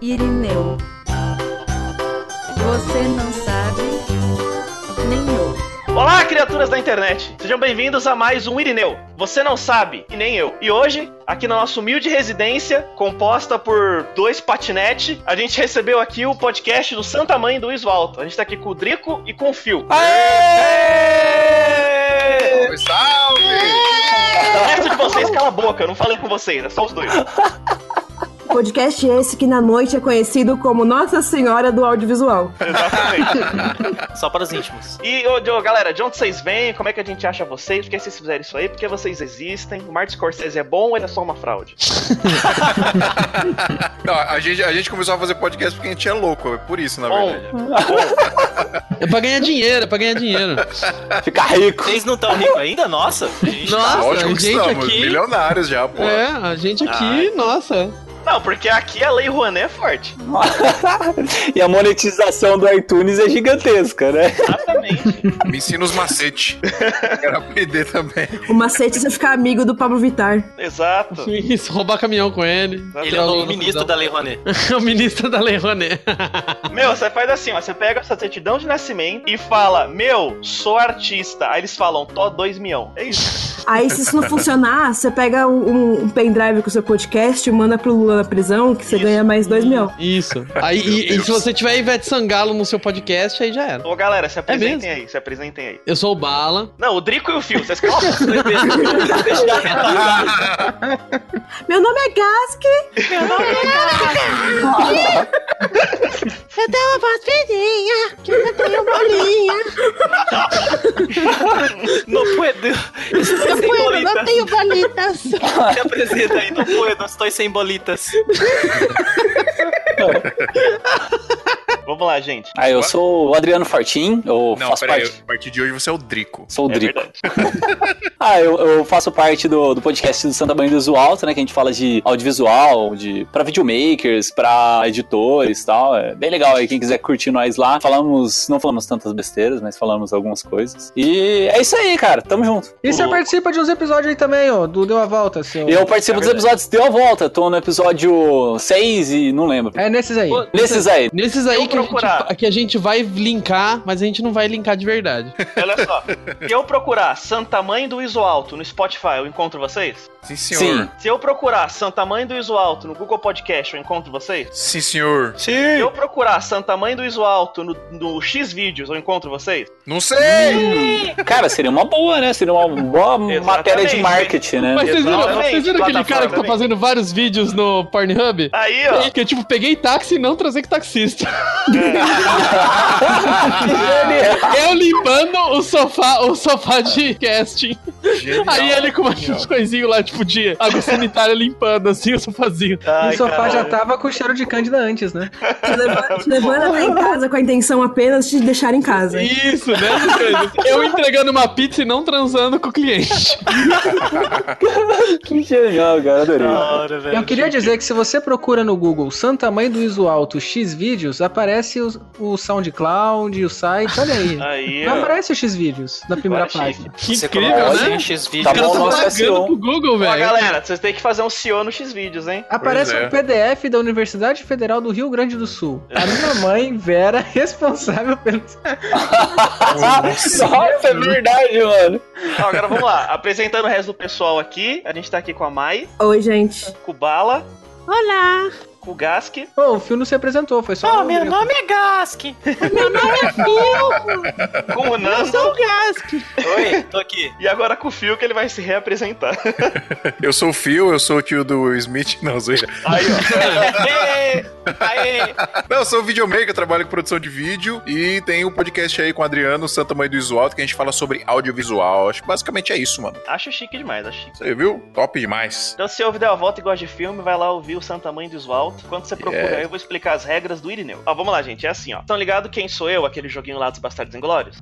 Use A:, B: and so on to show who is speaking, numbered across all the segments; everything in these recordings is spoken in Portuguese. A: Irineu. Você não sabe nem eu.
B: Olá, criaturas da internet! Sejam bem-vindos a mais um Irineu. Você não sabe, e nem eu. E hoje, aqui na nossa humilde residência, composta por dois patinete, a gente recebeu aqui o podcast do Santa Mãe do Isvalto. A gente tá aqui com o Drico e com o Fio. Aê!
C: Salve, salve!
B: O resto Tá de vocês cala a boca, eu não falei com vocês, é só os dois.
D: Podcast esse que na noite é conhecido como Nossa Senhora do Audiovisual.
B: Exatamente.
E: Só para os íntimos.
B: E, ô, ô, galera, de onde vocês vêm? Como é que a gente acha vocês? Por que vocês fizeram isso aí? Por que vocês existem? O Martin Scorsese é bom ou ele é só uma fraude?
C: Não, a gente, a gente começou a fazer podcast porque a gente é louco, é por isso, na
B: Tá Bom.
C: verdade.
F: É pra ganhar dinheiro, é pra ganhar dinheiro.
G: Ficar rico.
E: Vocês não estão ricos ainda? Nossa! gente.
F: Nossa,
C: Lógico
F: a
C: que
F: gente
C: estamos,
F: aqui. então.
C: milionários já, pô.
F: É, a gente aqui, nossa.
B: Não, porque aqui a Lei Rouanet é forte.
G: e a monetização do iTunes é gigantesca, né?
B: Exatamente.
C: Me ensina os macetes. Quero aprender também.
D: O macete é você ficar amigo do Pablo Vittar.
B: Exato.
F: Isso, roubar caminhão com ele.
E: Ele é o novo ministro da Lei Rouanet.
F: É o ministro da Lei Rouanet.
B: Meu, você faz assim, ó. Você pega essa certidão de nascimento e fala, meu, sou artista. Aí eles falam, tô dois milhão. É isso.
D: Aí, se isso não funcionar, você pega um, um pendrive com o seu podcast e manda pro Lula na prisão, que você
B: Isso.
D: ganha mais dois mil.
F: Isso. Aí, e, e se você tiver Ivete Sangalo no seu podcast, aí já era.
B: Ô, galera, se apresentem
F: mesmo?
B: aí, se apresentem aí.
F: Eu sou o Bala.
B: Não, o Drico e o Fio, vocês calam.
G: Ah,
C: Ah,
D: Meu nome é Gask.
E: Não puedo. Estou sem bolitas. Não tenho bolitas. Se apresenta aí, não puedo. Estou sem bolitas.
B: Vamos lá, gente.
G: Ah, eu sou o Adriano Fartin, eu
C: Não,
G: faço
C: peraí,
G: parte.
C: a partir de hoje você é o Drico.
G: Sou o
B: É
G: Drico.
B: verdade.
G: Ah, eu, eu faço parte do, do podcast do Santa Maria do Zoo Alto, né? Que a gente fala de audiovisual, de pra videomakers, pra editores e tal. É bem legal aí, quem quiser curtir nós lá. Falamos, não falamos tantas besteiras, mas falamos algumas coisas. E é isso aí, cara. Tamo junto.
H: E você participa de uns episódios aí também, ó, do Deu a Volta, seu.
G: Eu participo dos episódios Deu a Volta. Tô no episódio 6 e não lembro.
H: É nesses aí.
G: Nesses aí.
F: Nesses aí
B: Eu
F: que a, gente,
B: procurar.
F: fa- que a gente vai linkar, mas a gente não vai linkar de verdade.
B: Olha só. Se eu procurar Santa Mãe do Iso Alto no Spotify, eu encontro vocês?
C: Sim,
G: Sim.
C: senhor.
B: Se eu procurar Santa Mãe do Iso Alto no Google Podcast, eu encontro vocês?
C: Sim, senhor.
B: Se eu procurar Santa Mãe do Iso Alto no, no X Vídeos, eu encontro vocês?
C: Não sei!
G: Cara, seria uma boa, né? Seria uma boa matéria de
B: Exatamente.
G: marketing, né?
F: Mas vocês viram,
B: Exatamente,
F: vocês viram aquele cara que tá
E: né?
B: plataforma.
F: fazendo vários vídeos no Pornhub?
B: Aí, ó.
F: Que é tipo, peguei táxi e não trazer que taxista. Eu limpando o sofá, o sofá de casting.
C: Genial.
F: Aí ele com umas coisinhas lá, tipo, de água sanitária limpando, assim, o sofazinho.
B: Ai,
H: o sofá
B: caralho.
H: já tá- tava com cheiro de cândida antes, né?
D: Te leva- te levando até em casa com a intenção apenas de te deixar em casa.
F: Isso, né? essas coisas. Eu entregando uma pizza e não transando com o cliente.
G: Que genial, cara. Adorei.
H: Eu queria dizer que se você procura no Google Santa Mãe do Iso Alto X Vídeos, aparece o, o SoundCloud, o site, olha aí.
B: Aí,
H: Não
B: ó.
H: aparece o X Vídeos na primeira
B: Agora é chique.
H: página.
F: Que
E: Você
F: incrível,
E: coloca
G: coloca
E: assim,
F: né?
E: um X
F: Os
G: Tá
F: caras
G: bom,
F: tão
G: nosso
F: pagando
G: SEO.
F: pro Google,
B: Ó,
F: velho.
B: galera, vocês têm que fazer um CEO no X Vídeos, hein?
H: Aparece
C: Pois é.
H: um PDF da Universidade Federal do Rio Grande do Sul. A minha mãe, Vera, responsável pelo.
G: Nossa, é verdade, mano.
B: Ó, agora vamos lá. Apresentando o resto do pessoal aqui. A gente tá aqui com a Mai,
D: Oi, gente.
B: com o Bala. Olá. Com o Gask.
H: Ô, o filme não se apresentou, foi só.
F: Ah,
E: Oh, meu nome é Gask.
B: com o Nando
E: Oi, tô aqui.
B: e agora com o Fio que ele vai se reapresentar.
C: Eu sou o Phil, eu sou o tio do Will Smith. Não, zoeira.
B: Aí, ó.
E: Aê, aê.
C: Não, eu sou videomaker, trabalho com produção de vídeo e tem um podcast aí com o Adriano, Santa Mãe do Visual, que a gente fala sobre audiovisual. Acho que basicamente é isso, mano.
B: Acho chique demais, acho chique.
C: Você viu? Top demais.
B: Então, se ouve deu a volta e gosta de filme, vai lá ouvir o Santa Mãe do Oswaldo. Quando você procura,
C: Yeah.
B: aí, eu vou explicar as regras do Irineu. Ó, vamos lá, gente. É assim, ó. Estão ligados Quem Sou Eu, aquele joguinho lá dos Bastardos Inglórios?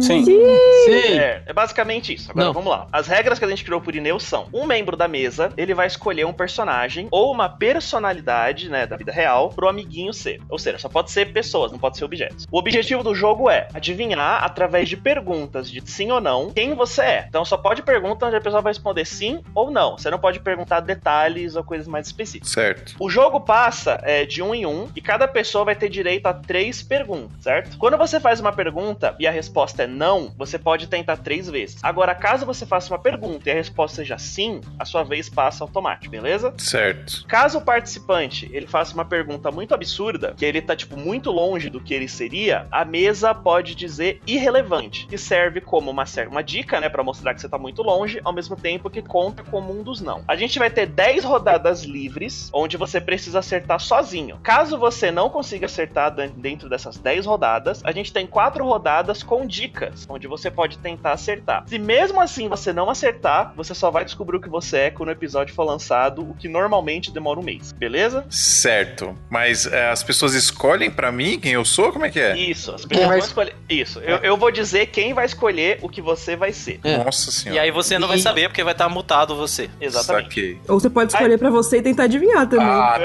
G: Sim.
H: Sim.
B: É, é basicamente isso. Agora
F: Não.
B: vamos lá. As regras que a gente criou pro Irineu são: um membro da mesa, ele vai escolher um personagem ou uma personalidade, né, da vida real, pro amiguinho ser. Ou seja, só pode ser pessoas, não pode ser objetos. O objetivo do jogo é adivinhar, através de perguntas de sim ou não, quem você é. Então só pode pergunta onde a pessoa vai responder sim ou não. Você não pode perguntar detalhes ou coisas mais específicas.
C: Certo.
B: O jogo jogo passa é, de um em um e cada pessoa vai ter direito a três perguntas, certo? Quando você faz uma pergunta e a resposta é não, você pode tentar três vezes. Agora, caso você faça uma pergunta e a resposta seja sim, a sua vez passa automático, beleza?
C: Certo.
B: Caso o participante ele faça uma pergunta muito absurda, que ele tá tipo muito longe do que ele seria, a mesa pode dizer irrelevante, que serve como uma, cer- uma dica, né, para mostrar que você tá muito longe, ao mesmo tempo que conta como um dos não. A gente vai ter 10 rodadas livres, onde você precisa acertar sozinho. Caso você não consiga acertar dan- dentro dessas 10 rodadas, a gente tem quatro rodadas com dicas, onde você pode tentar acertar. Se mesmo assim você não acertar, você só vai descobrir o que você é quando o episódio for lançado, o que normalmente demora um mês, beleza?
C: Certo. Mas é, as pessoas escolhem pra mim quem eu sou? Como é que é?
B: Isso, as
H: Quem
B: pessoas
H: vai
B: vão escolher. Isso, eu, eu vou dizer quem vai escolher o que você vai ser.
F: É.
C: Nossa
E: E
C: senhora.
E: aí você não vai saber, porque vai estar mutado você.
B: Exatamente.
C: Saquei.
D: Ou você pode escolher pra você e tentar adivinhar também.
C: Ah,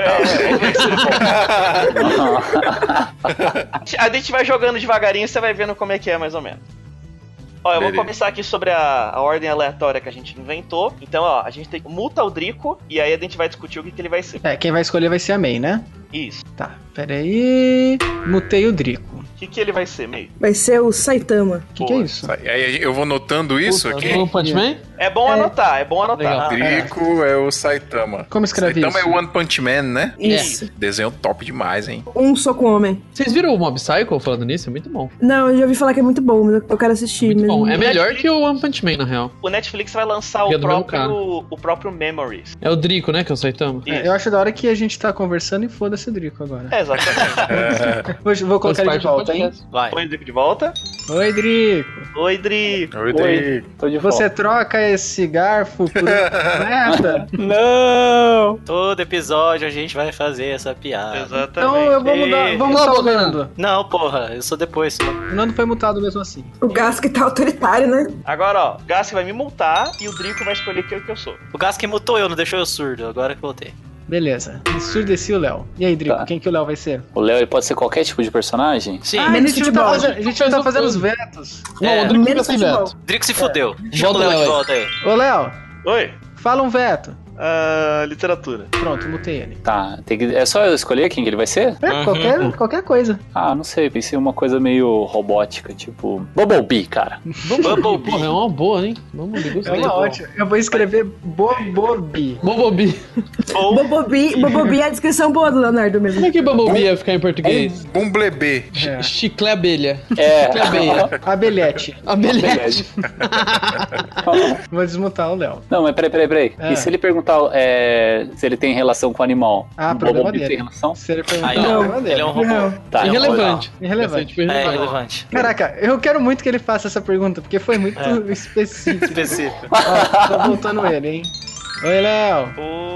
C: tá.
B: A gente vai jogando devagarinho e você vai vendo como é que é, mais ou menos. Ó, eu vou
C: Beleza.
B: começar aqui sobre a, a ordem aleatória que a gente inventou. Então, ó, a gente tem multa o Drico e aí a gente vai discutir o que, que ele vai ser.
H: É, quem vai escolher vai ser a May, né?
B: Isso.
H: Tá, peraí. Mutei o Drico.
B: O que, que ele vai ser, meio?
D: Vai ser o Saitama.
H: O que, que é isso?
C: tá. E aí eu vou notando isso
F: Puta,
C: aqui?
F: One Punch Man?
B: É bom
H: É.
B: anotar, é bom anotar.
H: Legal.
C: Drico é o Saitama.
H: Como escreve
C: Saitama
H: isso?
C: é o One Punch Man, né?
D: Isso.
C: Desenho top demais, hein?
D: Um soco homem.
F: Vocês viram o Mob Psycho falando nisso? É muito bom.
D: Não, eu já ouvi falar que é muito bom, mas eu quero assistir
F: Muito
D: mesmo.
F: bom. É melhor que o One Punch Man, na real.
B: O Netflix vai lançar
F: Guia
B: o
F: do meu cara.
B: próprio,
H: um
B: o próprio Memories.
F: É o Drico, né? Que é o Saitama.
B: Isso.
H: É, eu acho da hora que a gente tá conversando e foda-se o Drico agora.
B: É, exatamente.
C: É.
H: Vou, vou colocar ele de volta,
F: É,
H: hein?
E: Vai.
B: Põe o Drico de volta.
H: Oi, Drico.
B: Oi, Drico.
C: Oi, Drico.
G: Tô de
H: Você
G: volta.
H: troca esse garfo por nada.
G: Não!
E: Todo episódio a gente vai fazer essa piada.
B: Exatamente.
H: Então eu vou mudar. Vamos mutar o Nando.
E: Não, porra, eu sou depois.
H: O Nando foi mutado mesmo assim.
D: O Gas que tá autoritário, né?
B: Agora, ó, o Gask vai me multar e o Drico vai escolher quem que eu sou.
E: O Gas que mutou eu, não deixou eu surdo, agora que voltei.
H: Beleza. Surdeci o Léo. E aí, Drico,
G: Tá.
H: quem que o Léo vai ser?
G: O Léo ele pode ser qualquer tipo de personagem?
E: Sim,
H: Ah, a gente não tá
F: futebol.
H: fazendo, a gente não tá fazendo os vetos.
E: É.
F: Não, o Drico
D: Menos
F: fica sem
D: futebol.
F: veto.
E: Drico se fudeu. Chama o
F: Volta
E: Léo
F: lá,
E: de
F: ué.
E: volta aí.
H: Ô, Léo,
B: Oi.
H: fala um veto.
B: Ah, literatura.
H: Pronto, mutei ele.
G: Tá, tem que- é só eu escolher quem que ele vai ser?
E: Uhum.
H: É, qualquer, qualquer coisa.
G: Ah, não sei, pensei em uma coisa meio robótica, tipo... Bumblebee, cara.
E: Bumblebee.
F: Porra, é uma boa, hein? Vamos, eu
H: É
F: gostei.
H: uma ótima. Eu vou escrever Bobobi.
F: Bumblebee.
B: Ou
D: Bobobi, Bobobi é a descrição boa do Leonardo mesmo.
F: Como é que Bumblebee ia ficar em português?
C: Um Bumblebê.
H: É.
F: Ch- Chiclé abelha.
G: É.
F: Chiclé abelha.
H: Abelhete.
F: Abelhete.
H: Vou desmutar o Léo.
G: Não, mas peraí, peraí, peraí.
H: Ah.
G: E se ele perguntar é, se ele tem relação com o animal?
H: Ah,
G: O
H: problema
G: Bumblebee tem
H: dele.
G: relação?
H: Se ele
E: Aí,
H: perguntar,
E: não,
H: o problema
E: ele é um
H: dele.
E: robô.
G: Tá.
F: Irrelevante. Ia ser,
H: Irrelevante.
F: tipo,
E: É
F: irrelevante.
E: irrelevante.
H: Caraca, eu quero muito que ele faça essa pergunta, porque foi muito
E: É.
H: específico.
E: Específico.
H: Ó, tô voltando ele, hein? Oi, Léo.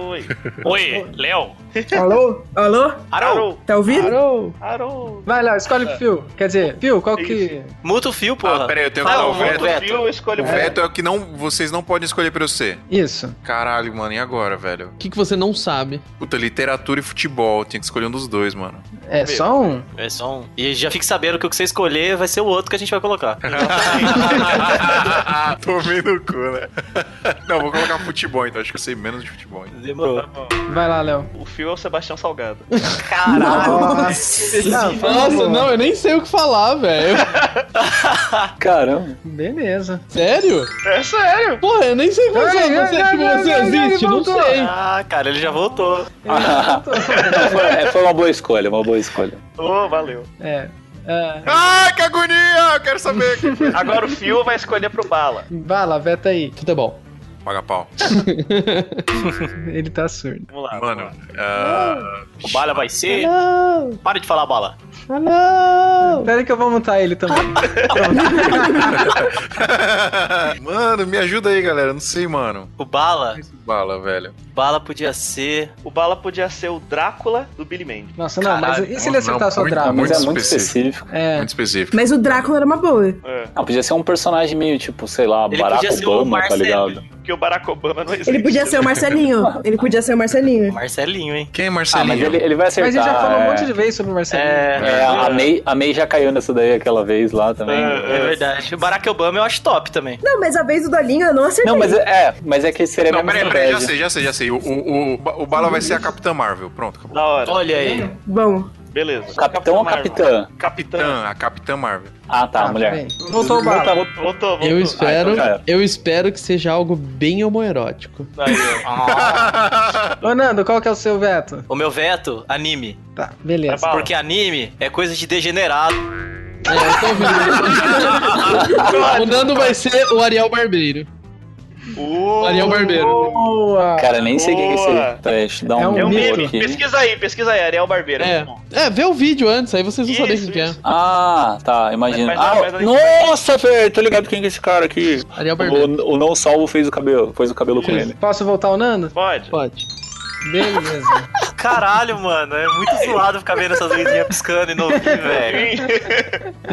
B: Oi.
E: Oi, Léo.
D: Alô? Alô?
E: Arou.
D: Tá ouvindo?
H: Parou.
B: Arou.
H: Vai, Léo, escolhe pro Phil. Quer dizer, Phil, qual que.
E: Muta o fio, porra.
C: Ah, peraí, eu tenho que
E: Ah,
C: dar o
E: o
C: veto.
E: veto.
B: Viu, eu escolho
C: O
B: o
C: veto é o que não, vocês não podem escolher pra eu ser.
H: Isso.
C: Caralho, mano, e agora, velho?
F: O que, que você não sabe?
C: Puta, literatura e futebol. Tinha que escolher um dos dois, mano.
H: É só um?
E: É só um. E já fique sabendo que o que você escolher vai ser o outro que a gente vai colocar.
C: Tomei no cu, né? Não, vou colocar futebol, então. Acho que eu sei menos de futebol. Então.
E: Demorou.
H: Vai lá, Léo.
B: O fio é o Sebastião Salgado.
H: Nossa, não, foi
F: Nossa,
H: boa.
F: não, eu nem sei o que falar, velho.
G: Caramba.
H: Beleza.
F: Sério?
B: É sério?
F: Porra, eu nem sei o que falar.
H: Ai,
F: Não sei
H: ai,
F: se é tipo
H: ai,
F: você
H: ai,
F: existe,
H: ai,
F: não
H: voltou.
F: sei.
E: Ah, cara, ele já voltou.
G: Não, foi, é, foi uma boa escolha, uma boa escolha.
B: Ô, valeu.
H: É. é.
C: Ah, que agonia! Eu quero saber.
B: Agora o fio vai escolher pro Bala.
H: Vai lá, veta aí.
F: Futebol.
C: Paga pau.
H: Ele tá surdo.
B: Vamos lá.
C: Mano,
B: vamos lá.
C: ah,
E: O bala vai ser.
H: Não,
E: Para de falar bala.
H: não. Pera aí que eu vou montar ele também.
C: mano, me ajuda aí, galera. Não sei, mano.
E: O bala.
C: Bala, velho.
E: Bala podia ser.
B: O Bala podia ser o Drácula do Billy Mandy.
H: Nossa, não, mas
E: Caralho,
H: e se ele acertar
C: não,
H: só o
C: muito,
H: Drago?
G: Mas
C: muito
G: é muito
C: específico.
G: específico.
H: É.
C: Muito específico.
D: Mas o Drácula era uma boa.
B: É.
G: Não, podia ser um personagem meio tipo, sei lá,
E: Ele
G: Barack
E: podia ser o
G: Obama, tá
E: Marcelo.
G: ligado?
B: Que porque o Barack Obama não existe.
D: Ele podia ser o Marcelinho. Ele podia ser o Marcelinho.
E: Marcelinho, hein?
C: Quem é
G: Ah, mas
C: Marcelinho?
G: ele, ele vai acertar.
H: Mas ele já
G: é.
H: falou um monte de vezes sobre o Marcelinho.
E: É,
G: É, a May, a May já caiu nessa daí aquela vez lá também.
E: é verdade. O Barack Obama eu acho top também.
D: Não, mas a vez do Dolinho eu não acertei.
G: Não, mas é, é, mas é que seria a
C: Não,
G: mesma
C: peraí, peraí, já
G: estratégia.
C: sei, já sei, já sei. O, o, o, Ba- o Bala vai ser a Capitã Marvel. Pronto, acabou.
B: Da hora.
E: Olha aí.
D: Bom,
B: Beleza.
G: Capitão ou
B: Marvel.
G: capitã?
B: Capitã.
C: Capitã, Hum, a Capitã Marvel.
G: Ah, tá,
H: Ah,
G: mulher.
H: bem. Voltou o bala.
B: Voltou, voltou.
F: Eu espero,
G: Ah, então já era.
F: eu espero que seja algo bem homoerótico.
B: tá Aí, ó.
H: Ô, Nando, qual que é o seu veto?
E: O meu veto, anime.
F: Tá, beleza.
B: Fala.
E: Porque anime é coisa de degenerado.
F: É, eu tô ouvindo. o Nando vai ser o Ariel Barbeiro.
B: Uh,
F: Ariel Barbeiro.
H: Boa!
G: Cara, nem sei o que que é isso
B: Boa.
G: aí. Peraí, deixa eu dar um,
H: É um
B: É um
G: Google
B: meme.
G: aqui.
B: Pesquisa aí, pesquisa aí, Ariel Barbeiro.
F: É.
B: Muito bom.
F: é, vê o vídeo antes, aí vocês vão saber
B: Isso,
F: quem que é.
B: isso.
G: Ah, tá, imagina.
B: Mas- mas-
G: Ah,
B: mas- mas-
G: nossa, velho, tô ligado quem que é esse cara aqui.
F: Ariel Barbeiro.
G: O, o não salvo fez o cabelo, fez o cabelo com ele.
H: Posso voltar o Nando?
B: Pode.
F: Pode. Beleza.
E: Caralho, mano. É muito zoado ficar vendo essas luzinhas piscando e não vi, velho.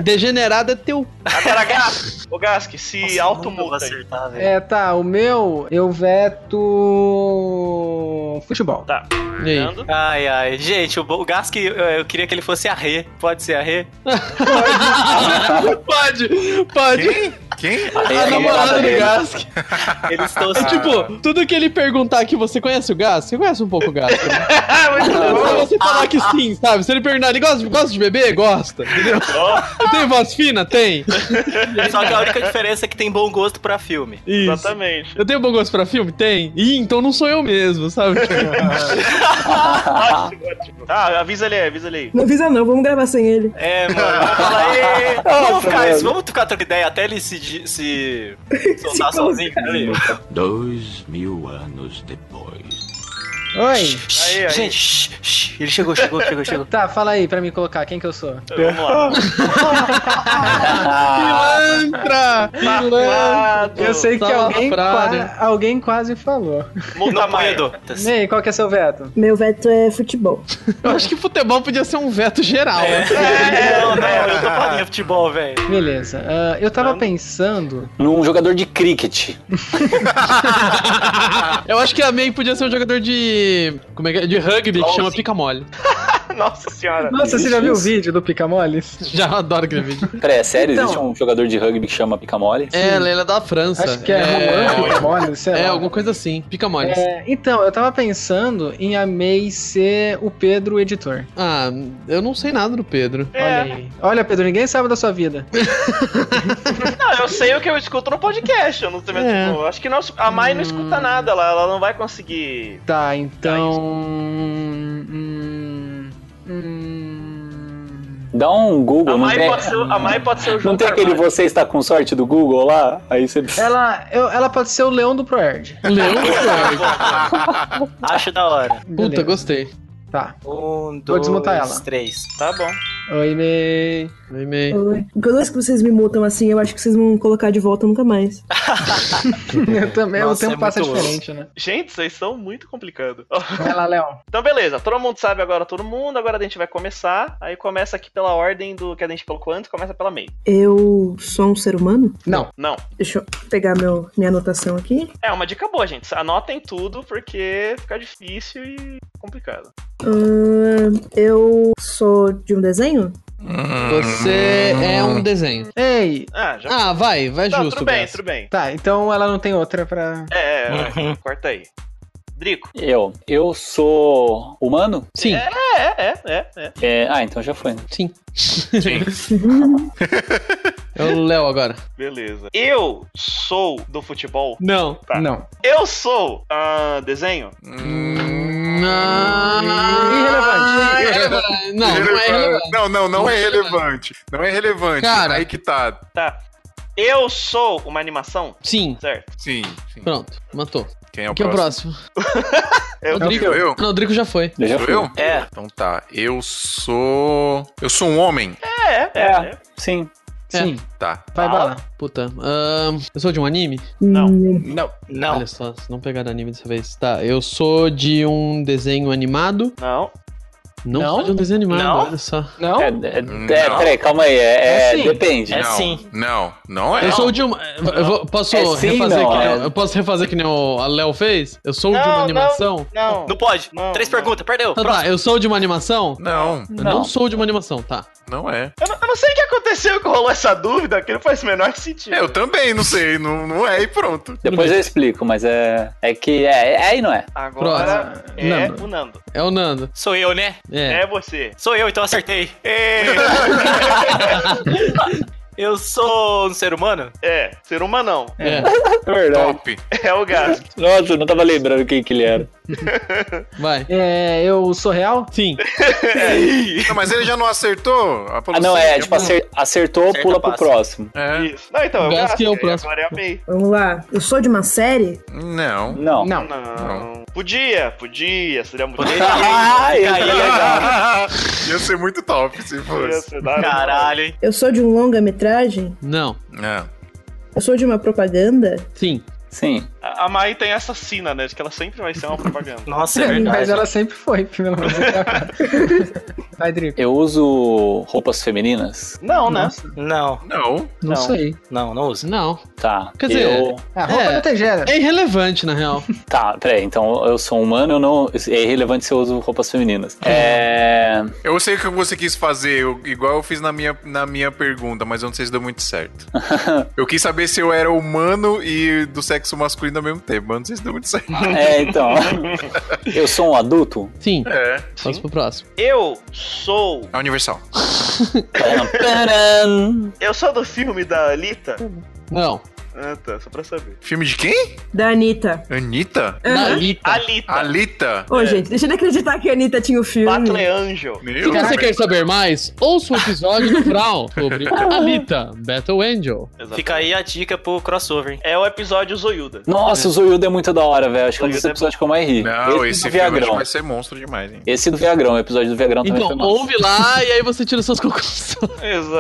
F: Degenerado é teu.
B: Agora, Gask, ô Gask, se
E: alto
B: auto
E: mundo
B: multa aí.
E: acertar, velho.
H: É, tá, o meu, eu veto. Futebol.
B: Tá,
F: E aí?
B: Nando?
E: Ai, ai. Gente, o, Bo- o Gask, eu, eu queria que ele fosse a Rê. Pode ser a Rê?
F: Pode, pode.
C: Quem? Quem?
G: Aí
F: A namorada do
G: dele.
F: Gask.
E: Eles estão assim,
F: É tipo, tudo que ele perguntar aqui, você conhece o Gask? Você conhece um pouco o Gask? né? Se você falar que sim, sabe? Se ele perguntar, ele gosta, gosta de beber? Gosta. Entendeu? Tem voz fina? Tem.
E: Só que a única diferença é que tem bom gosto pra filme.
F: Isso.
B: Exatamente.
F: Eu tenho bom gosto pra filme? Tem. Ih, então não sou eu mesmo, sabe?
B: Ótimo, ótimo. Tá, avisa ele aí, avisa ele aí.
D: não avisa não, vamos gravar sem ele.
E: É, mano. Vamos falar, "Ê, vamos
G: Nossa,
E: ficar
G: velho.
E: isso. Vamos ficar trocando ideia até ele se, de- se soltar
D: Se
E: sozinho. Peraí.
I: Dois mil anos depois.
H: Oi!
B: Aí, aí.
E: Gente, shh, shh. ele chegou, chegou, chegou, chegou.
H: Tá, fala aí pra me colocar quem que eu sou.
B: Vamos lá. Ah,
H: Ah,
G: Ah,
F: Pilantra! Pilantra!
B: Safado.
H: Eu sei que
F: Sala
H: alguém,
F: Prada.
H: qua- alguém quase falou.
B: Multa
E: Não,
B: mais.
E: moedor.
H: Ney, qual que é seu veto?
D: Meu veto é futebol.
F: Eu acho que futebol podia ser um veto geral. né?
E: É, não, não, eu tô falando de futebol, velho.
H: Beleza. ah, eu tava
B: Nando?
H: pensando.
G: Num jogador de cricket.
F: Eu acho que a May podia ser um jogador de. Como é que é? De rugby que chama pica mole.
B: Nossa senhora.
H: Nossa, você já viu o vídeo do Pica Moles?
F: Já adoro aquele vídeo.
G: Peraí, é sério?
H: Então.
G: Existe um jogador de rugby que chama Pica Mole?
F: É, ela ela é da França.
H: Acho que é, Juan Pica Moles, sei
F: É,
H: lá.
F: alguma coisa assim. Pica mole.
H: É, então, eu tava pensando em a May ser o Pedro o editor.
F: Ah, eu não sei nada do Pedro.
B: É.
H: Olha aí. Olha, Pedro, ninguém sabe da sua vida.
B: Não, eu sei o que eu escuto no podcast. Eu não sei, mas,
F: É.
B: tipo, acho que não, a Mai não escuta nada lá. Ela não vai conseguir.
H: Tá, então. hum, hum,
G: Dá um Google,
B: A
G: não
B: Mai
G: tem...
B: pode ser, a Mai pode ser o João
G: Não tem aquele
B: Carvalho.
G: você está com sorte do Google lá? Aí você...
H: Ela, eu- ela pode ser o leão do ProErd.
F: Leão Jorge.
E: Acho da hora.
F: Puta,
H: Beleza.
F: gostei.
H: Tá.
E: Um, dois,
H: desmontar ela.
E: três.
B: Tá bom.
H: Oi, May.
F: Oi, May.
D: Oi. Toda vez que vocês me multam assim, eu acho que vocês vão me colocar de volta nunca mais.
H: Eu também,
E: Nossa,
H: o tempo
E: é
H: passa
E: muito osso.
H: diferente, né?
B: Gente, vocês são muito complicados.
H: Vai lá, Leão.
B: Então, beleza, todo mundo sabe agora, todo mundo. Agora a gente vai começar. Aí começa aqui pela ordem do que a gente colocou antes, começa pela meio.
D: Eu sou um ser humano?
H: Não.
B: Não.
D: Deixa eu pegar meu, minha anotação aqui.
B: É uma dica boa, gente. Anotem tudo, porque fica difícil e complicado.
D: Ahn, eu sou de um desenho?
F: Você é um desenho.
H: Ei.
B: Ah, já.
F: Ah, vai, vai
B: Não,
F: justo.
B: tudo bem,
F: Graça.
B: tudo bem.
H: Tá, então ela não tem outra pra.
B: É, é, é, corta aí. Drico.
G: Eu. Eu sou humano?
F: Sim,
B: É, é, é, é, é.
G: É, Ah, então já foi. né?
F: sim. é o Léo agora.
B: Beleza. Eu sou do futebol.
F: Não.
B: Tá.
H: Não.
B: Eu sou ah, desenho.
C: Hum.
F: Ah, Irrelevante. é Irrelevante. Não, não é irrelevante.
C: Não, não, não é relevante. Não é relevante.
F: Cara.
C: Aí que tá.
B: Tá. Eu sou uma animação,
F: Sim.
B: certo?
C: Sim, sim.
F: Pronto, matou.
C: Quem é o
F: Quem é o
C: próximo?
F: próximo?
B: É o
F: O Drico.
C: Sou eu?
F: Não, o Drico já foi.
G: Eu já
C: Sou
G: fui.
C: eu?
E: É.
C: Então tá. Eu sou. Eu sou um homem.
B: É, é, é.
G: É. Sim.
F: É.
H: Sim.
C: Tá.
E: Ah.
H: Vai, bala.
F: Puta. ahn, eu sou de um anime?
B: Não.
D: Hum,
E: Não. Não.
F: Olha só, se não pegar do anime dessa vez. Tá, eu sou de um desenho animado?
B: Não.
F: Não,
H: Não?
F: faz um desenho animado,
E: Não?
F: olha só.
H: Não?
G: É, é, é,
C: Não.
G: peraí, calma aí. É,
H: É
G: é,
H: sim.
G: depende.
E: É
C: não,
E: sim.
C: Não, não é.
F: Eu sou o Dilma. Eu vou- posso
G: É sim,
F: refazer
G: não,
F: que nem-
G: é.
F: Eu posso refazer que nem o a Léo fez? Eu sou o de
B: Não,
F: uma
B: não.
F: animação?
A: Não.
E: Não pode.
A: Não,
E: Três
A: não.
E: perguntas, perdeu.
F: Tá, tá, eu sou o de uma animação?
C: Não,
F: Eu não
G: Não.
F: sou de uma animação, tá.
C: não é.
B: Eu não, eu não sei o que aconteceu que rolou essa dúvida, que não faz o menor sentido.
C: É, Eu também, não sei, não, não é e pronto.
G: Depois eu explico, mas é. É que é, é e não é.
B: Agora é
F: Nando.
B: o Nando.
F: É o Nando.
E: Sou eu, né?
F: É.
B: É, você.
E: Sou eu, então acertei.
B: É,
E: Eu sou um ser humano?
B: é, ser humanão.
F: É.
G: Verdade.
C: Top.
B: É o gasto.
G: Nossa, eu não tava lembrando quem que ele era.
F: Vai.
H: É, eu sou real?
F: Sim.
C: Não, mas ele já não acertou?
G: Ah, não, é, tipo, acer- acertou,
E: Acerta,
G: pula pro
E: passa.
G: próximo.
C: É.
B: Isso. Não, então, é o
F: Gasto
B: gasto.
F: que é o
B: e
F: próximo.
B: Agora é a MEI.
D: Vamos lá. Eu sou de uma série?
C: Não.
G: Não.
H: Não.
B: Não. Podia, podia. Seria muito
G: Ah,
E: Fica
G: isso é
E: aí,
G: legal.
C: Ia ser muito top se
B: Ia
C: fosse.
B: ser da hora.
E: Caralho, hein?
D: Eu sou de um longa-metragem?
F: Não.
C: Não.
D: Eu sou de uma propaganda?
F: Sim.
G: Sim.
B: A a Mai tem essa sina, né? De que ela sempre vai ser uma propaganda.
E: Nossa, é
H: Mas
E: verdade.
H: ela sempre foi, pelo menos. até agora. Vai, Drico.
G: Eu uso roupas femininas?
B: Não, né?
H: Nossa,
E: Não,
C: Não.
H: não, sei.
E: não, não uso.
F: Não.
G: Tá.
F: Quer dizer,
G: eu...
H: A roupa
F: É.
H: não tem gênero.
F: É irrelevante, na real.
G: Tá, peraí, então eu sou humano, eu não. É irrelevante se eu uso roupas femininas. É.
C: Eu sei o que você quis fazer, eu- igual eu fiz na minha, na minha pergunta, mas eu não sei se deu muito certo. eu quis saber se eu era humano e do sexo masculino ao mesmo tempo, mas não sei se deu muito certo.
G: É, então. eu sou um adulto?
F: Sim.
C: É.
F: Vamos pro próximo.
B: Eu sou.
C: É universal.
G: Taran, taran.
B: Eu sou do filme da Anitta?
F: Não.
B: Ah, tá. Só pra saber.
C: Filme de quem?
D: Da Anitta.
C: Anitta?
F: Da
D: Aham.
F: Anitta.
B: Alita.
C: Alita?
E: É.
D: Ô, gente, deixa eu acreditar que a Anitta tinha o filme.
B: Battle Angel.
C: Meu
F: Se
C: Deus.
F: você quer saber mais, ouça o episódio do Frau sobre Alita, Battle Angel.
E: Fica aí a dica pro crossover, hein?
B: É o episódio Zoiuda.
G: Nossa, o Zoiudo é muito da hora, velho. Acho que é um dos
B: Zoiudo é
G: episódios que eu mais ri.
C: Não, esse,
G: do
C: filme acho que
G: Viagrão.
C: vai ser monstro demais, hein?
G: Esse do Viagrão, o episódio do Viagrão também
F: Então,
G: foi massa.
F: ouve lá e aí você tira suas conclusões.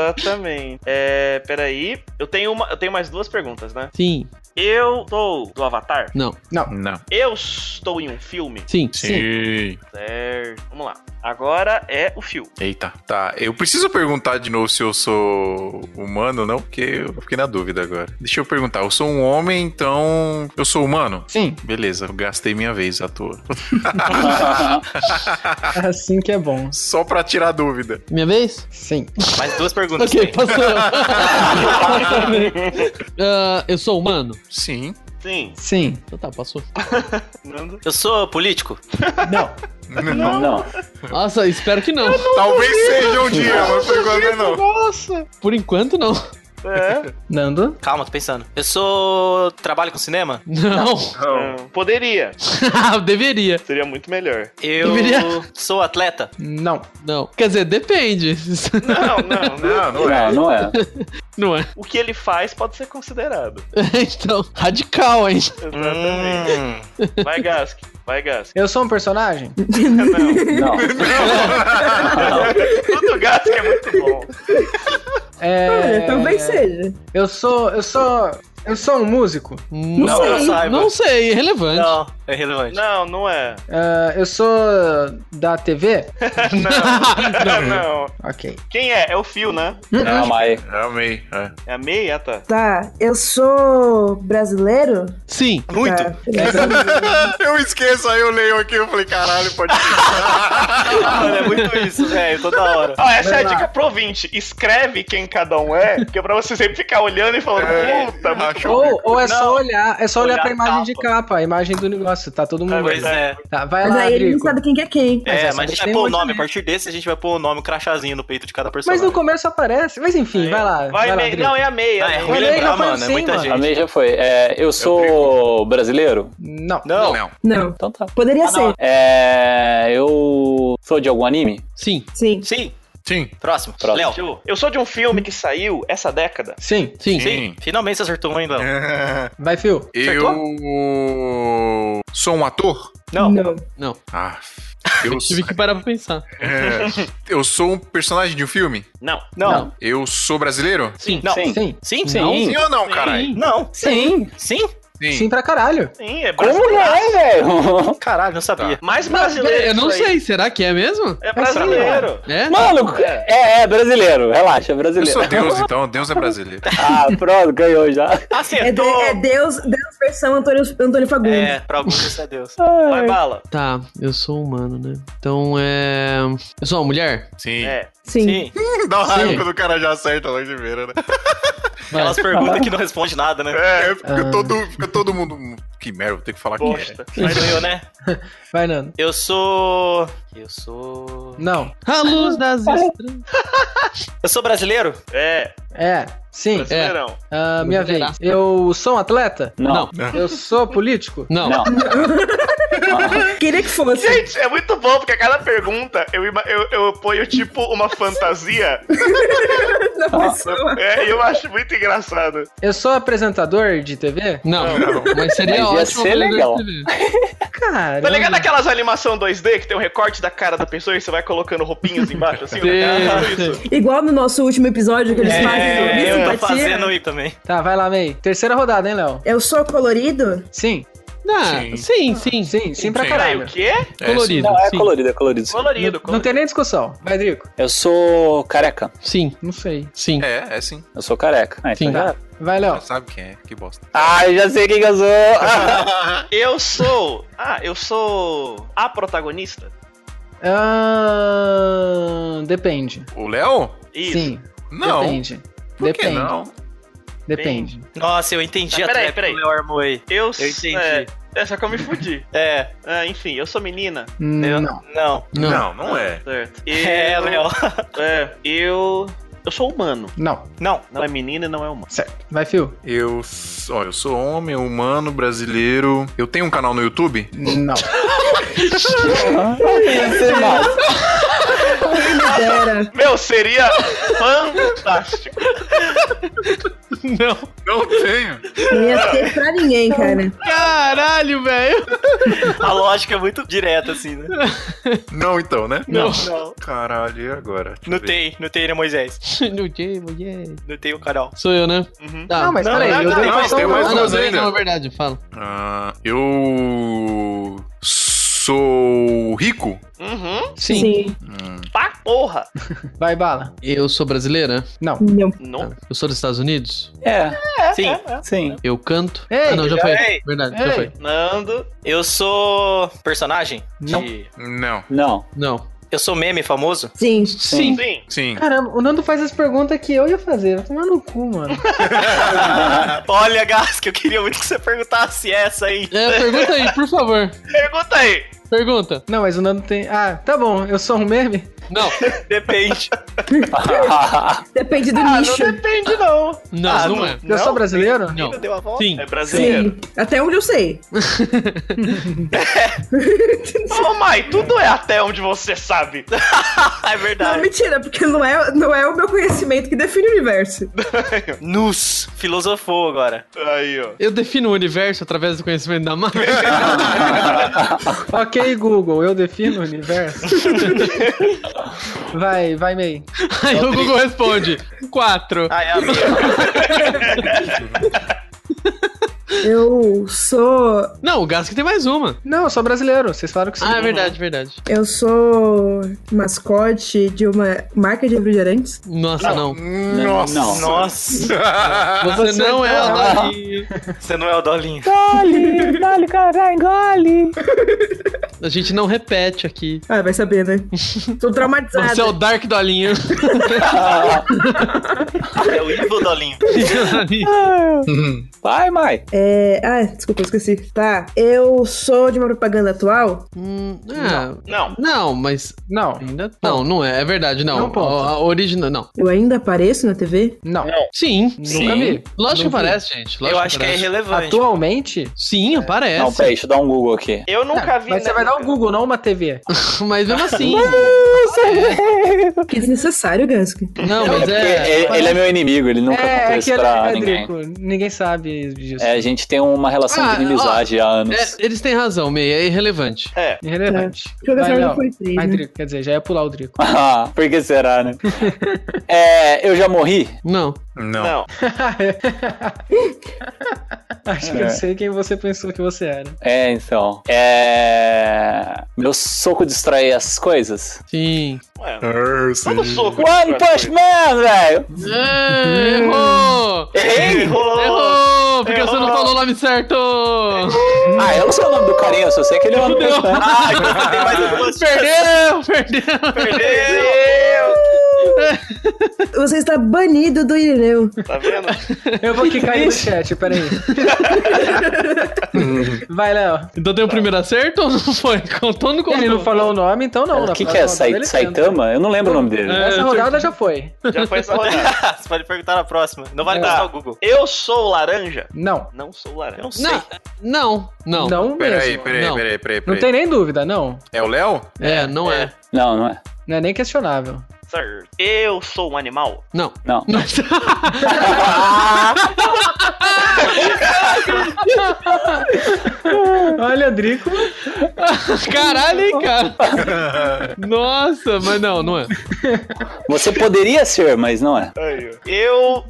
B: Exatamente. É, peraí. Eu tenho, uma, eu tenho mais duas perguntas, né?
F: Sim.
B: Eu sou do Avatar?
F: Não.
C: Não.
B: Eu estou em um filme?
F: Sim.
C: Sim.
B: Certo. Vamos lá. Agora é o filme.
C: Eita. Tá, eu preciso perguntar de novo se eu sou humano ou não, porque eu fiquei na dúvida agora. Deixa eu perguntar. Eu sou um homem, então. Eu sou humano?
H: Sim.
C: Beleza, eu gastei minha vez à toa.
H: Assim que é bom.
C: Só pra tirar dúvida.
F: Minha vez?
H: Sim.
E: Mais duas perguntas.
F: Ok,
E: hein?
F: passou. Passou, né? Ah, eu sou humano?
C: Sim.
B: Sim.
H: Sim.
F: Então tá, passou.
B: Nando?
E: Eu sou político?
H: Não.
G: Não.
F: Nossa, espero que não.
C: Talvez seja um dia, mas por agora não.
B: Nossa!
F: Por enquanto, não.
B: É.
H: Nando?
E: Calma, tô pensando. Eu sou. trabalho com cinema?
B: Não.
F: Não.
B: É. Poderia.
F: Deveria.
B: Seria muito melhor.
E: Eu
F: Deveria.
E: sou atleta?
H: Não.
F: Não. Quer dizer, depende.
B: Não, não, não.
C: Não, não é.
G: Não, não é.
F: Não é.
B: O que ele faz pode ser considerado.
F: Então, radical, hein?
B: Exatamente.
E: Hum,
B: Vai, Gask. Vai, Gask.
H: Eu sou um personagem?
B: Não.
G: Não.
B: Tudo Gask é muito bom.
H: É.
D: Olha, talvez seja.
H: Eu sou. Eu sou. Eu sou um músico.
F: Não,
H: é
E: sei.
F: Não sei, irrelevante.
E: Não, é relevante.
B: Não, não é.
H: Ah, eu sou da TV?
B: Não. não.
H: Ok.
B: Quem é? É o Fio, né?
G: Não, mas.
C: Eu Amei. É.
B: É a meia, tá?
D: Tá, eu sou brasileiro?
F: Sim.
E: Muito?
H: É.
D: Tá, beleza.
C: é. Eu esqueço, aí eu leio aqui e falei, caralho, pode ser.
E: Mano, é muito isso, velho, toda hora.
B: Ah, essa é a
H: Vai lá.
B: dica pro ouvinte. Escreve quem cada um é, que é pra você sempre ficar olhando e falando,
C: É.
B: puta, muito
C: Achou.
H: Ou, ou é
B: Não.
H: só olhar, é só olhar,
B: Olhar
H: pra
B: a
H: imagem de capa, a imagem do negócio, tá todo mundo.
E: Pois
B: verdade.
E: é.
H: Tá, vai
D: Mas
H: lá,
D: aí ele não
H: Drico.
D: sabe quem que é quem.
E: É,
H: essa
E: mas a gente vai
H: tem
E: pôr o
H: muito
E: nome. A
H: mesmo.
E: partir desse, a gente vai pôr o nome, o crachazinho no peito de cada
H: Mas
E: personagem.
H: no começo aparece, mas enfim, vai lá.
B: Vai,
H: lá,
B: meia.
H: Drico.
B: Não, é a meia.
E: Ah, é
B: né?
E: ruim
H: Olha aí,
E: lembrar,
H: já foi
E: mano. É
H: assim,
E: muita
H: mano.
G: A
E: gente.
G: minha já foi. É, eu sou brasileiro?
H: Não.
E: Não.
C: Não.
D: Não,
G: Então tá.
D: poderia
E: Ah,
D: ser.
G: É, eu sou de algum anime?
F: Sim.
D: Sim.
E: Sim,
C: Sim.
E: próximo.
G: Próximo.
E: Léo.
B: Show. Eu sou de um filme que saiu essa década.
H: Sim.
F: Sim.
E: Sim, finalmente você acertou um, hein, Léo?
H: Vai, Phil.
C: Eu sou um ator?
E: Não.
D: Não.
F: Não.
C: Ah, eu,
F: Eu tive que parar pra pensar.
C: é, eu sou um personagem de um filme?
B: Não.
E: Não.
C: Eu sou brasileiro?
F: Sim.
E: Não.
G: Sim.
H: Sim.
E: Sim?
G: Sim.
C: Sim ou não, caralho?
E: Não.
G: Sim.
E: Sim?
C: Sim.
H: Sim pra caralho.
B: Sim, é
G: Como não
B: brasileiro.
G: é, velho?
E: Caralho, não sabia.
B: Mais
F: Mas,
B: brasileiro.
F: peraí, eu não
B: isso aí.
F: sei, será que é mesmo?
B: É brasileiro.
F: É?
G: Mano, é, é brasileiro, relaxa, é
C: Eu
G: brasileiro.
C: sou Deus, então. Deus é brasileiro.
G: Ah, pronto, ganhou já.
D: É, de-
E: Acertou.
D: é Deus, Deus versão Antônio, Antônio Fagundes.
E: É, pra alguns isso é Deus.
B: Vai bala.
F: Tá, eu sou humano, né? Então é. Eu sou uma mulher?
C: Sim.
B: É.
D: Sim.
E: Sim.
C: Dá uma raiva
F: Sim.
C: quando o cara já acerta logo de primeira, né?
F: Vai.
E: Aquelas perguntas que não responde nada, né?
C: É, fica, todo, fica todo mundo. "Hum, Que merda, vou ter que falar que é.
B: Bosta.
E: Mas não eu, né?
H: Vai, Nando.
E: Eu sou. Eu sou.
H: Não.
F: A luz das estrelas.
E: Eu sou brasileiro?
B: É,
H: É. Sim.
B: brasileirão.
H: Ah, minha vez.
F: Brasileiraço.
H: Eu sou um atleta?
G: Não.
H: Eu sou político?
F: Não.
G: Não.
D: Ah, Queria que fosse.
B: Gente, é muito bom, porque a cada pergunta eu, ima- eu, eu ponho tipo uma fantasia.
D: da pessoa.
B: É, e eu acho muito engraçado.
H: Eu sou apresentador de TV?
F: Não, mas seria
G: Mas ia
F: ótimo.
G: ser
F: pra ver
G: legal.
F: TV.
H: Cara.
B: Tá ligado aquelas animação 2D que tem um recorte da cara da pessoa e você vai colocando roupinhas embaixo assim?
F: Sim,
B: Isso.
F: sim.
D: Igual no nosso último episódio que eles fazem
E: É,
D: sobre
E: eu tô
D: simpatia.
E: fazendo aí também.
H: Tá, vai lá, May. Terceira rodada, hein, Léo?
D: Eu sou É colorido?
H: Sim.
F: Não, sim, sim.
H: Sim, sim pra
B: Peraí,
C: Sim.
H: caralho.
B: o quê?
C: sim.
F: Colorido.
G: Não, é
F: sim.
G: colorido, é colorido.
B: Colorido, tá?
H: Não
B: colorido.
H: tem nem discussão. Vai, Drico.
G: Eu sou careca.
F: Sim,
H: Não sei.
F: sim.
C: É, é sim.
G: Eu sou careca. Ah, então
F: Sim.
G: já.
H: Vai,
C: Já
H: Léo.
C: sabe quem é, que bosta.
G: Ah, eu já sei quem que eu sou. Ah.
B: Eu sou. Ah, eu sou a protagonista?
H: Ahn, depende.
C: O Léo?
B: Isso.
H: Sim.
C: Não.
H: Depende.
C: Por que
H: depende.
C: não?
H: Depende.
E: Nossa, eu entendi
B: Tá,
E: a
B: peraí,
E: trap
B: peraí.
E: que o Léo armou aí.
B: Eu,
E: Eu entendi.
B: É, é, só que eu me fudi.
E: É,
B: Ah, enfim, eu sou menina.
E: eu
H: Não.
E: Não.
F: Não.
C: Não, não é.
B: Certo.
E: É,
B: Eu-
E: Léo.
B: É, eu. Eu sou humano.
H: Não.
E: Não.
B: Não é menina e não é humano.
H: Certo. Vai, Phil.
C: Eu, ó, eu sou homem, humano, brasileiro. Eu tenho um canal no YouTube?
H: Não.
G: Ia ser massa.
D: Era.
B: Meu, seria fantástico.
C: Não tenho.
D: Não ia ter pra ninguém, cara.
F: Caralho, velho.
E: A lógica é muito direta, assim, né?
C: Não, então, né?
F: Não.
E: Não.
C: Caralho, e agora? Deixa
E: Não
C: eu ver.
E: tem, não tem, né, Moisés?
F: Não tem mulher.
E: Não tem o canal.
F: Sou eu, né?
B: Uhum.
F: Tá.
H: Não, mas
E: Não,
H: peraí.
E: não,
H: eu
E: não,
H: dei
C: não,
H: mais só
C: tem
H: uma.
C: mais
F: Ah,
C: uma.
H: Não.
F: não,
C: duas
F: peraí,
C: ainda.
F: não, é verdade, fala.
C: Ah, eu. Sou rico?
B: Uhum.
F: Sim.
B: Pá, porra.
H: Vai, bala.
F: Eu sou brasileira?
H: Não.
D: Não.
B: Não.
F: Eu sou dos Estados Unidos?
G: É. Sim. Sim.
F: Eu canto?
H: Ei,
F: ah, não, já
E: já-
F: foi.
E: ei,
F: Verdade,
H: ei.
F: já foi.
B: Nando.
E: Eu sou personagem?
H: Não.
E: De-
C: Não.
G: Não.
F: Não.
E: Eu sou meme famoso?
D: Sim.
F: Sim.
B: Sim.
C: Sim.
H: Caramba, o Nando faz as perguntas que eu ia fazer. Vai tomar no cu, mano.
E: Olha, Gas, que eu queria muito que você perguntasse essa aí.
F: É, pergunta aí, por favor.
B: Pergunta aí.
F: Pergunta.
H: Não, mas o Nando tem. Ah, tá bom. Eu sou um meme?
F: Não,
E: Depende.
D: Depende do
B: Ah, não
D: nicho.
B: depende, não.
F: não,
E: Ah,
F: não,
E: não.
F: é.
H: Eu sou brasileiro?
F: Não.
E: Deu a volta.
F: Sim.
B: É brasileiro.
D: Sim. Até onde eu sei.
B: Ô, mãe, tudo é até onde você sabe.
E: é
D: Não,
E: verdade.
D: mentira, porque não é, não é o meu conhecimento que define o universo.
E: Nus. Filosofou agora.
B: Aí, ó.
F: Eu defino o universo através do conhecimento da máquina.
H: Ok, Google, eu defino o universo. vai, vai, May.
F: Aí o Google responde: quatro.
E: Ah, é a minha.
D: Eu sou.
F: Não, o Gasco tem mais uma.
H: Não, eu sou brasileiro. Vocês falaram que sim.
F: Ah, é verdade, verdade.
D: Eu sou mascote de uma marca de refrigerantes.
F: Nossa, não.
C: Nossa.
G: Não.
E: Nossa.
F: Você, não é a Lari.
E: Você não é o Dolinho.
F: A gente não repete aqui.
D: Ah, vai saber, né? Tô traumatizada.
F: Você é o Dark Dolinho.
G: Ah,
E: É o Ivo Dolinho.
G: Vai, Mai.
D: É... Ah, desculpa, eu esqueci. Tá. Eu sou de uma propaganda atual?
F: Hum, ah,
B: Não.
F: não, mas
H: Não,
F: ainda. Não, não é. É verdade, não.
H: Não, ponto.
F: A- a original. Não.
D: Eu ainda apareço na TV?
H: não.
F: Sim.
H: Nunca vi.
F: Lógico que
H: Não vi.
F: aparece, gente. Lógico
E: Eu acho que é
F: aparece.
E: irrelevante.
H: Atualmente?
F: Sim, aparece.
G: Não, peraí, deixa eu dar um Google aqui.
B: Eu nunca vi.
H: Mas você
B: né?
H: vai dar um Google, não uma TV.
F: Mas mesmo assim.
D: Que É desnecessário, Gasco.
F: não,
G: É
F: mas
G: porque
F: é.
G: ele, ele é meu inimigo, ele é nunca
H: É,
G: contou isso pra ninguém.
H: Drico, ninguém sabe disso.
G: É, a gente tem uma relação
F: Ah,
G: de inimizade há anos.
F: é, Eles têm razão, meio. É irrelevante.
B: É.
H: Irrelevante.
D: Porque o Gasco
H: Vai,
D: não
H: Léo.
D: foi três,
H: Vai,
D: né?
H: Drico. Quer dizer, já ia pular o Drico.
G: Ah, Por que será, né? É, eu já morri?
F: Não.
C: Não.
B: Não.
H: Acho que eu sei quem você pensou que você era.
G: É, então. É. Meu soco destrói as coisas.
F: Sim.
B: Ué,
C: Err,
B: manda o
C: Ah, sim.
B: soco.
G: One Punch Man, velho!
F: Errou!
G: Errei!
B: Errou!
F: Errou! Porque você não
B: Errou.
F: falou o nome certo!
G: Ah, eu não sei o nome do carinha, eu só sei que ele é One Punch Man.
E: Ah, então vai ter mais duas
F: Perdeu! Perdeu!
B: Perdeu!
D: Você está banido do Irineu.
B: Tá vendo?
H: Eu vou quicar ele no chat, peraí. Vai, Léo.
F: Então deu o primeiro acerto ou não foi? Contou ou não contou?
H: Ele não falou o nome, então não.
G: O
H: Na
G: que, que
H: próxima
G: é?
H: rodada
G: Sai-
H: ele tenta.
G: Saitama? Eu não lembro o nome dele.
F: É.
H: Essa rodada já foi.
B: Já foi essa rodada.
E: Você pode perguntar na próxima. Não vale
H: Tá.
E: gastar o Google.
B: Eu sou laranja?
H: Não.
B: Não sou laranja.
E: Eu não sei.
F: Não, não, não.
H: Não mesmo.
C: Peraí, peraí,
F: Não.
C: peraí, peraí,
H: Não
C: peraí.
H: tem nem dúvida, não.
C: É o Léo?
F: É, não é.
G: Não, não é.
H: Não é nem questionável.
B: Certo. Eu sou um animal?
F: Não.
G: Não.
F: Não.
H: Olha, Drico.
F: Caralho, hein, cara? Nossa, mas não, não é.
G: Você poderia ser, mas não é.
B: Eu.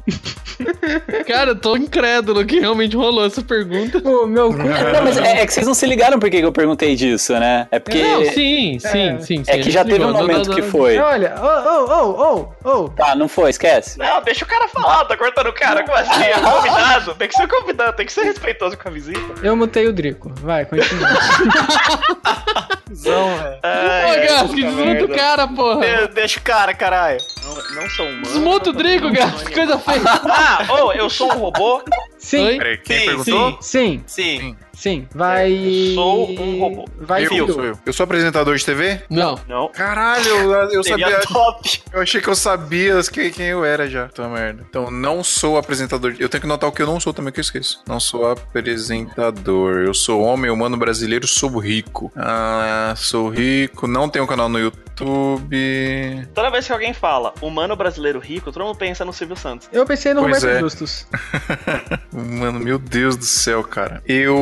F: Cara, eu tô incrédulo que realmente rolou essa pergunta.
H: O meu cu.
G: Não, mas é, é que vocês não se ligaram por que que eu perguntei disso, né? É porque.
F: Não, sim, sim,
H: É.
F: sim, sim.
G: É que já teve um
F: Não, não,
G: momento
F: não,
G: que
F: não.
G: foi.
H: Olha, ô, ô, ô, ô, ô.
G: Tá, não foi, esquece.
B: Não, deixa o cara falar, tá cortando o cara. Como assim? É convidado. Tem que ser convidado, tem que ser respeitoso com a visita.
H: Eu mutei o Drico. Vai, continua.
E: Zão, velho.
F: Ô,
B: Ai,
F: Gas, que
B: puta
F: desmuta o
B: merda.
F: cara, porra.
E: Eu- Deixa o cara, caralho.
B: Não, não sou um humano.
F: Desmuta o Drigo, Gas, que coisa feia.
B: Ah, ou eu sou um robô?
H: Sim,
F: Oi?
C: Peraí, quem
E: Sim,
C: perguntou?
H: sim,
E: Sim.
H: sim. Vai.
B: Eu sou um robô.
H: Vai,
C: Eu,
H: Fio.
C: sou eu. Eu sou apresentador de TV?
F: Não.
B: Não.
C: Caralho, eu, eu
E: Seria
C: sabia.
E: top.
C: Eu achei que eu sabia que- quem eu era já. Então, merda. Então, não sou apresentador. de- Eu tenho que notar o que eu não sou também, que eu esqueço. Não sou apresentador. Eu sou homem humano brasileiro, sou rico. Ah, sou rico. Não tenho canal no YouTube.
B: Toda vez que alguém fala humano brasileiro rico, todo mundo pensa no Silvio Santos.
H: Eu pensei no
C: Pois
H: Roberto
C: é.
H: Justus.
C: Mano, meu Deus do céu, cara. Eu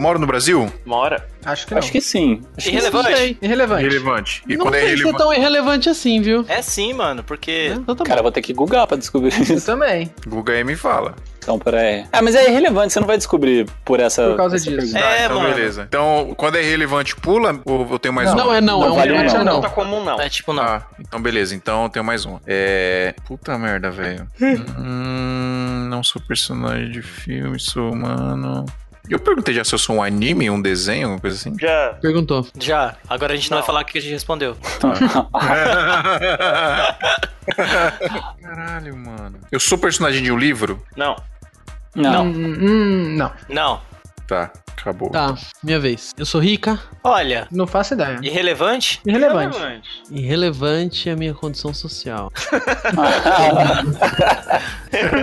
C: moro no Brasil?
B: Mora.
H: Acho que não.
G: Acho que sim. Acho que sim.
F: Não
E: Irrelevante.
F: sei.
H: Irrelevante.
C: Relevante. E
F: Não
C: quando é
F: sei se é
C: relevante?
F: tão irrelevante assim, viu?
E: É sim, mano, porque.
F: Então tá bom.
G: Cara, eu vou ter que googar pra descobrir
H: Eu
G: isso.
H: também.
C: Google aí me fala.
G: Então, peraí. Ah, mas é irrelevante, você não vai descobrir por essa.
H: Por causa
G: essa
H: disso.
G: pergunta.
E: É,
C: então,
E: mano.
C: beleza. Então, quando é relevante, pula ou eu tenho mais uma?
F: Não é não,
G: Não
F: é um
G: vale
F: irrelevante
G: não.
F: ou não.
B: Tá comum, não.
E: É tipo, não.
C: Tá, então beleza. Então eu tenho mais uma. É. Puta merda, velho. hum, não sou personagem de filme, sou humano. Eu perguntei já se eu sou um anime, um desenho, alguma coisa assim.
B: Já.
F: Perguntou.
E: Já. Agora a gente não,
B: Não.
E: vai falar o que a gente respondeu.
C: Caralho, mano. Eu sou personagem de um livro?
B: Não.
G: Não.
H: Hum, hum, não.
E: Não.
C: Tá, acabou.
F: Tá, minha vez. Eu sou rica.
E: Olha,
H: Não faço ideia.
E: irrelevante?
H: Irrelevante.
F: Irrelevante é a minha condição social.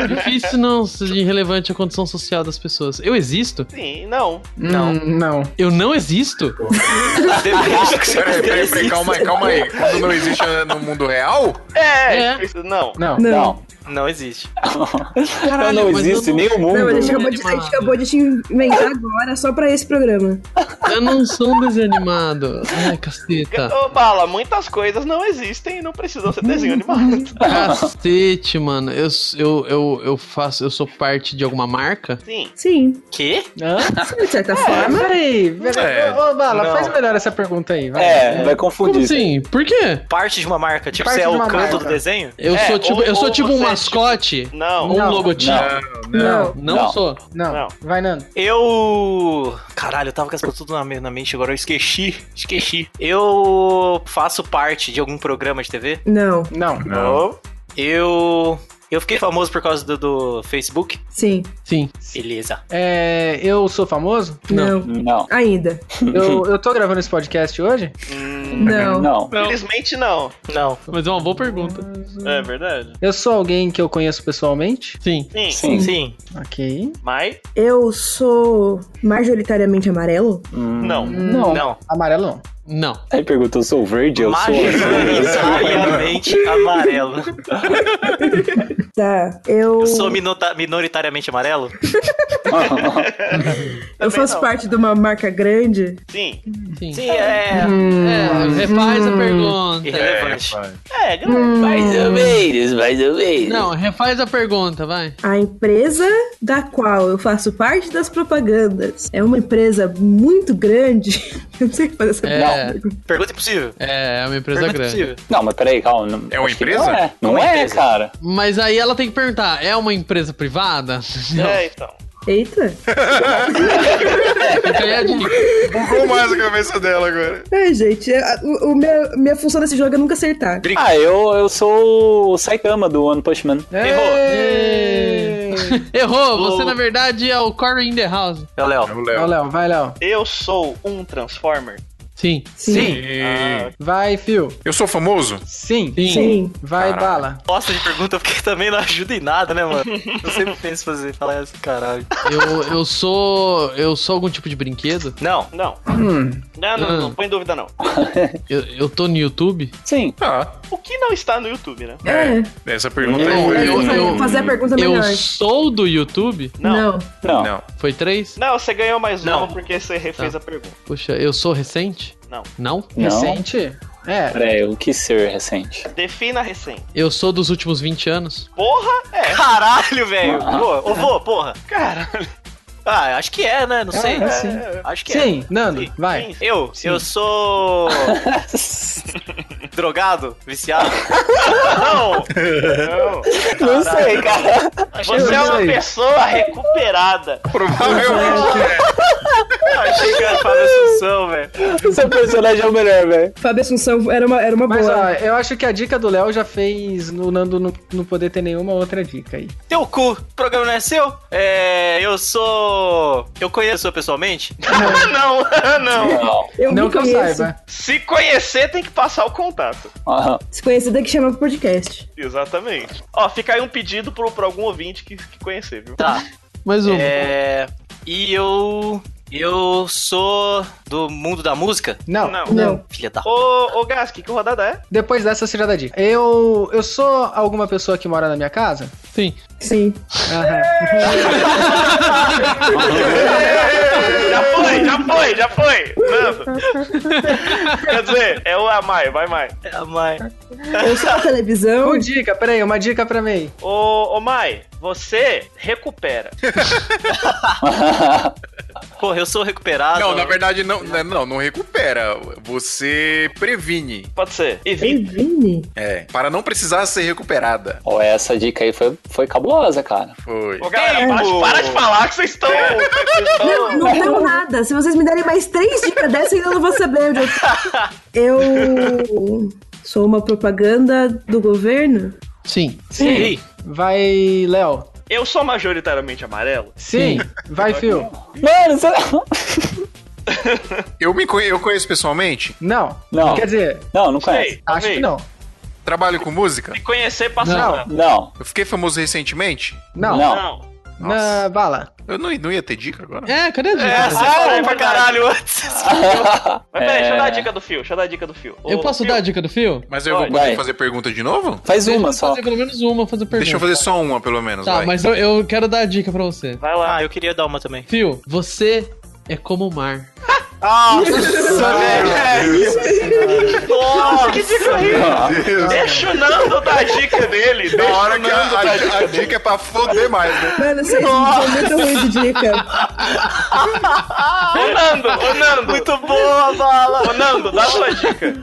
F: Difícil não ser irrelevante a condição social das pessoas. Eu existo?
B: Sim, não.
H: Não. Hum, Não.
F: Eu não existo?
E: Depende do que você
C: Peraí, peraí, peraí, calma aí, calma aí. Quando não existe eh, no mundo real?
B: É,
F: É.
B: isso- não.
H: Não.
D: Não.
G: Não.
E: Não existe.
G: Eu Então não
F: mas
G: existo em
F: eu não-
G: nenhum mundo.
D: Não, a gente, acabou de, a gente acabou de te inventar agora só pra esse programa.
F: Eu não sou um desenho animado. Ai, caceta.
B: Ô, Bala, muitas coisas não existem e não precisam ser desenho animado.
F: Cacete, mano. Eu, eu, eu, eu faço. Eu sou parte de alguma marca?
B: Sim.
D: Sim,
E: Quê?
H: Hã?
D: de certa
H: Ah,
D: forma.
H: peraí. peraí.
C: É.
H: Ô, ô, Bala,
E: Não.
H: faz melhor essa pergunta aí. Vai.
G: É, vai
F: Como
G: confundir.
F: assim? Por quê?
E: Parte de uma marca. Tipo, você
H: Parte
E: é
H: de
E: o
H: uma
E: canto
H: marca.
E: do desenho?
F: Eu
B: É,
F: sou tipo,
B: ou-
F: eu sou
B: ou
F: tipo um
B: você é
F: mascote?
B: Não.
F: Ou um
H: Não.
F: logotipo?
G: Não.
H: Não.
F: Não,
G: Não.
F: sou.
H: Não.
B: Não.
H: Vai, Nando.
E: Eu. Caralho, eu tava com as coisas tudo na, me- na mente, agora eu esqueci. Esqueci. Eu faço parte de algum programa de TV?
D: Não,
H: Não.
C: Não.
E: Eu. Eu fiquei famoso por causa do, do Facebook?
D: sim,
F: Sim.
E: Beleza.
H: É, eu sou famoso?
F: Não.
D: não,
G: Não.
D: ainda.
H: eu, eu tô gravando esse podcast hoje?
D: Não,
G: Não.
B: Infelizmente, não.
E: Não.
F: Mas é uma boa pergunta.
B: É verdade.
H: Eu sou alguém que eu conheço pessoalmente?
F: Sim.
B: Sim.
G: Sim.
E: Sim.
H: Ok.
B: Mas,
D: eu sou majoritariamente amarelo?
B: não.
H: Não.
E: Não.
H: Amarelo não.
F: Não.
G: Aí perguntou, eu sou verde? Eu sou.
E: Majoritariamente amarelo.
D: Tá, eu.
E: Eu sou minota- minoritariamente amarelo?
D: Eu
B: Também
D: faço
B: não.
D: parte de uma marca grande.
B: Sim.
F: Sim.
E: Sim, é.
F: É, refaz a pergunta.
E: Irrelevante.
B: É, grande.
G: mais ou menos, mais ou menos.
F: Não, refaz a pergunta, vai.
D: A empresa da qual eu faço parte das propagandas é uma empresa muito grande. Eu não sei fazer essa
F: É.
D: pergunta.
E: Pergunta impossível.
F: É, é uma empresa
E: Pergunta
F: grande.
E: impossível.
G: Não, mas peraí, calma. não-
C: É uma
G: acho que
C: empresa?
G: Não é, não
E: Uma
G: é,
E: empresa.
G: cara.
F: Mas aí ela tem que perguntar, é uma empresa privada?
B: É, então.
D: Eita!
F: Fica aí a dica.
C: Bugou mais a cabeça dela agora.
D: Ai, gente, é, a- o, o minha, minha função nesse jogo é nunca acertar.
G: Ah, eu, eu sou o Saitama do One Punch Man.
F: Ê! Errou, você na verdade é o Corner in the House.
E: É o Léo.
C: É o
H: Ó,
C: Léo.
H: Léo, vai, Léo.
B: Eu sou um Transformer?
F: Sim.
D: Sim.
C: E-
H: Vai, Fio.
C: Eu sou famoso?
H: Sim.
F: Sim.
D: Sim.
H: Vai,
C: Caraca.
H: bala.
E: Bosta de pergunta, porque também não ajuda em nada, né, mano? Eu sempre penso fazer, falar essa, caralho.
F: Eu, eu sou. Eu sou algum tipo de brinquedo?
E: Não,
B: Não.
H: Hum.
B: Não, não,
F: Hum.
B: não põe em dúvida, não.
F: Eu, eu tô no YouTube?
G: Sim.
C: Ah,
B: O que não está no YouTube, né?
D: É.
C: essa pergunta é aí
F: Eu-
C: foi...
F: eu- eu-
D: fazer a pergunta
F: Eu
D: melhor.
F: sou do YouTube?
B: Não.
D: Não.
G: Não.
C: Não.
F: Foi três?
B: Não, você ganhou mais
E: Não.
B: uma porque você refez a pergunta.
F: Puxa, eu sou recente?
B: Não.
F: Não?
G: Não.
H: Recente? É.
G: Peraí, o que ser recente?
B: Defina recém.
F: Eu sou dos últimos 20 anos?
B: Porra, é.
E: Caralho, velho. Ô, ô, vô, porra. Caralho. Ah, acho que é, né? Não sei.
H: é, sim.
E: Acho que é.
H: Sim, Nando, vai.
B: Sim.
E: Eu? Eu sou. drogado? Viciado?
B: Não! Não.
G: Não sei, cara.
B: Você é uma
H: sei.
B: pessoa recuperada.
C: Provavelmente é.
E: Eu achei que era Fábio Assunção, velho.
G: Seu personagem é o melhor, velho.
D: Fábio Assunção era uma, era uma
H: Mas
D: boa.
H: ó, eu acho que a dica do Léo já fez o Nando não, não poder ter nenhuma outra dica aí.
E: Teu cu, o programa não é seu? É. Eu sou. Eu conheço a pessoa pessoalmente?
B: não, não.
G: Não.
D: eu
H: não
D: me
H: que eu
D: conheço.
H: saiba.
B: Se conhecer, tem que passar o contato.
G: Aham.
D: Se conhecer tem que chamar pro podcast.
B: Exatamente. Ó, fica aí um pedido pro, pra algum ouvinte que, que conhecer, viu?
E: Tá.
F: Mais um.
E: É. E eu. Eu sou do mundo da música?
H: Não.
B: Não.
D: Não.
E: Filha da.
B: Ô, ô Gas, que, que rodada é?
H: Depois dessa você já dá dica. Eu, eu sou alguma pessoa que mora na minha casa?
F: Sim.
D: Sim.
H: Aham.
B: Já foi, já foi, já foi. Nando. Quer dizer, é o Amai, vai Mai.
E: É a mãe.
D: Eu sou a televisão.
H: Uma dica, peraí, uma dica pra mim.
B: Ô, ô Mai, você recupera.
E: Porra, eu sou recuperado.
C: Não, na verdade, não, não, não, não recupera. Você previne.
B: Pode ser. Evita.
D: Evine?
C: É. Para não precisar ser recuperada.
G: Ó, essa dica aí foi, foi cabulosa, cara.
C: Foi.
B: Ô, galera, para, para de falar que vocês estão. vocês estão-
D: Não, não deu nada. Se vocês me derem mais três dicas dessa, ainda não vou saber onde eu tô. Eu sou uma propaganda do governo?
F: Sim.
E: Sim.
H: Vai, Léo.
B: Eu sou majoritariamente amarelo?
H: Sim. Vai, Fio.
G: Mano, você...
C: Eu, me conhe- eu conheço pessoalmente,
H: Não.
G: Não.
H: Quer dizer,
G: Não, não conhece.
B: Sei,
H: acho que
B: talvez.
H: não.
C: trabalho com música.
B: Se conhecer, passa
F: Não.
B: o contato.
G: Não.
C: Eu fiquei famoso recentemente.
H: Não.
G: Não.
B: Não.
H: Na bala.
C: Eu não, não ia ter dica agora?
F: É, cadê a dica?
B: É, você falou pra caralho antes. Mas peraí, deixa eu dar a
G: É.
B: dica do fio, deixa eu dar a dica do fio.
F: Eu
B: Ô,
F: posso
B: Fio,
F: dar a dica do fio?
C: Mas eu vou
B: Vai.
C: poder
G: Vai.
C: fazer pergunta de novo?
G: Faz
F: Deixa
G: uma
F: eu
G: só.
F: fazer pelo menos uma, fazer pergunta.
C: Deixa eu fazer só uma, pelo menos.
F: Tá,
C: vai.
F: mas eu, eu quero dar a dica pra você.
B: Vai lá.
E: Ah, eu queria dar uma também.
F: Fio, você é como o mar.
B: Nossa, que dica horrível. Deixa o Nando dar a dica dele.
C: Da
B: Deixa
C: hora
B: o
C: É que a,
B: Nando
C: a-
B: dar a
C: a
B: dica dele.
C: dica é pra foder mais, né?
D: Mano, vocês são muito ruins de dica.
B: Ô, Nando, ô, Nando. Muito boa, bala. Ô, Nando, dá sua dica.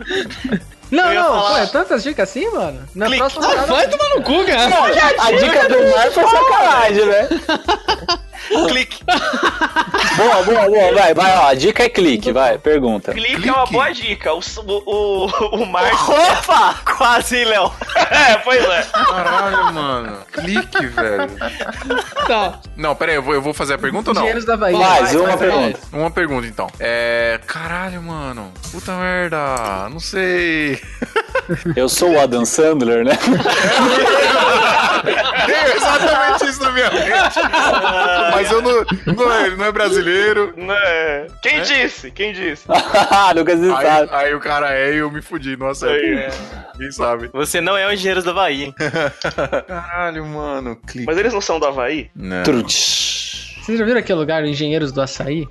H: Não,
B: ia
H: não.
B: falar-
H: Pô, é tantas dicas assim, mano? Na
B: Clique.
H: próxima rodada-
F: Vai tomar no cu, cara.
G: A dica do mar foi sacanagem, né?
B: Clique.
G: Boa, boa, boa. Vai, vai, ó. A dica é clique, vai. Pergunta.
B: Clique é uma boa dica. O, s- o, o, o Marcos...
E: Opa! Quase, hein, Léo.
B: É, pois é.
C: Caralho, mano. Clique, velho.
F: Tá.
C: Não, pera aí, eu vou, eu vou fazer a pergunta ou não?
H: Engenheiros da Bahia.
G: Mais
H: Vai,
G: uma
H: vai, vai.
G: pergunta.
C: Uma pergunta, então. É. Caralho, mano. Puta merda. Não sei.
G: Eu sou o Adam Sandler, né?
C: Veio exatamente isso na minha mente. Mas eu não. não é- ele não é brasileiro.
B: Né? Quem disse? Quem disse?
G: Lucas não
C: Aí,
G: Ah, sabe.
C: aí o cara é e eu me fudi, não acerto.
B: É.
C: Quem sabe?
E: Você não é o Engenheiros da Bahia. hein?
C: Caralho, mano. Clique.
B: Mas eles não são do Havaí?
C: Não.
G: Trutch.
H: Vocês já viram aquele lugar, Engenheiros do Açaí?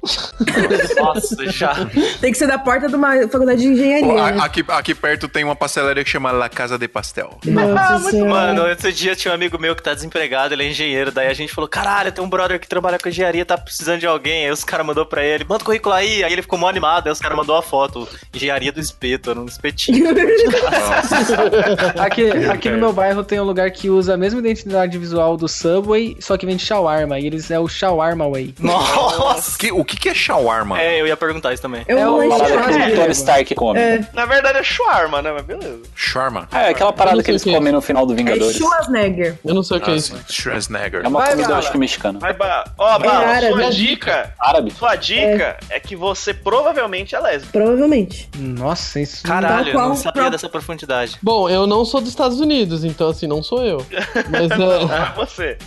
E: Nossa, já.
D: Tem que ser da porta de uma faculdade de engenharia.
C: Pô,
G: Ah,
D: né?
C: a- aqui, aqui perto tem uma pastelaria que chama La Casa de Pastel.
G: ah,
D: Nossa senhora.
E: Ah, Mano, outro dia tinha um amigo meu que tá desempregado, ele é engenheiro. Daí a gente falou: caralho, tem um brother que trabalha com engenharia, tá precisando de alguém. Aí os caras mandou pra ele: manda o currículo aí. Aí ele ficou mó animado. Aí os caras mandou a foto: engenharia do espeto, era um espetinho.
H: Aqui, aqui no meu bairro tem um lugar que usa a mesma identidade visual do Subway, só que vende shawarma. E eles é o Shawarma Way.
E: Nossa!
C: Que- o que, que é shawarma?
E: É, eu ia perguntar isso também.
D: é
H: é
D: um
H: o-
D: lanche
G: Parada
H: churrasco,
G: que o
H: Diego.
G: Tony Stark come. É,
B: Na verdade é shawarma, né? Mas beleza.
C: Shawarma.
G: aquela parada que
F: sei o
G: eles
F: que é.
G: comem no final do
D: É
G: Vingadores.
D: Schwarzenegger.
F: Eu não sei o que é isso.
C: Schwarzenegger.
G: É uma
H: Vai,
G: comida, eu
H: Bala.
G: acho que mexicana.
B: Vai, Ba. Ó, Bala,
D: árabe.
B: sua dica.
G: Árabe.
B: Sua dica é. que você provavelmente é lésbica.
D: Provavelmente.
H: Nossa, isso.
E: Caralho, eu
D: qual
E: não
D: o
E: sabia
D: próprio-
E: dessa profundidade.
F: Bom, eu não sou dos Estados Unidos, então assim, não sou eu. Mas é,
B: Ah, você.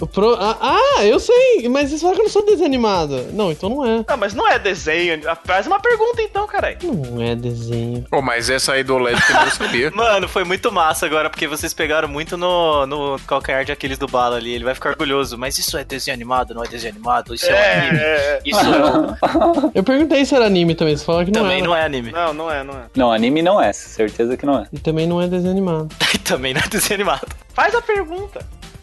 F: o pro- ah, ah, eu sei, mas isso fala que eu não sou desanimada. Não, então não é.
B: Ah, mas não é desenho. Faz uma pergunta então, caralho.
F: Não é desenho.
C: Oh, mas essa aí do LED que eu não sabia.
E: Mano, foi muito massa agora, porque vocês pegaram muito no, no calcanhar de Aquiles do Bala ali. Ele vai ficar orgulhoso. Mas isso é desenho animado, não é desenho animado? Isso é, um anime.
B: É, é.
E: Isso é um-
F: Eu perguntei se era anime também, você falou que
E: também
F: não
E: não
F: é.
E: é anime.
B: Não, não é, não é.
G: Não, anime não é, certeza que não é.
F: E também não é desenho animado.
E: também não é desenho animado.
B: Faz a pergunta.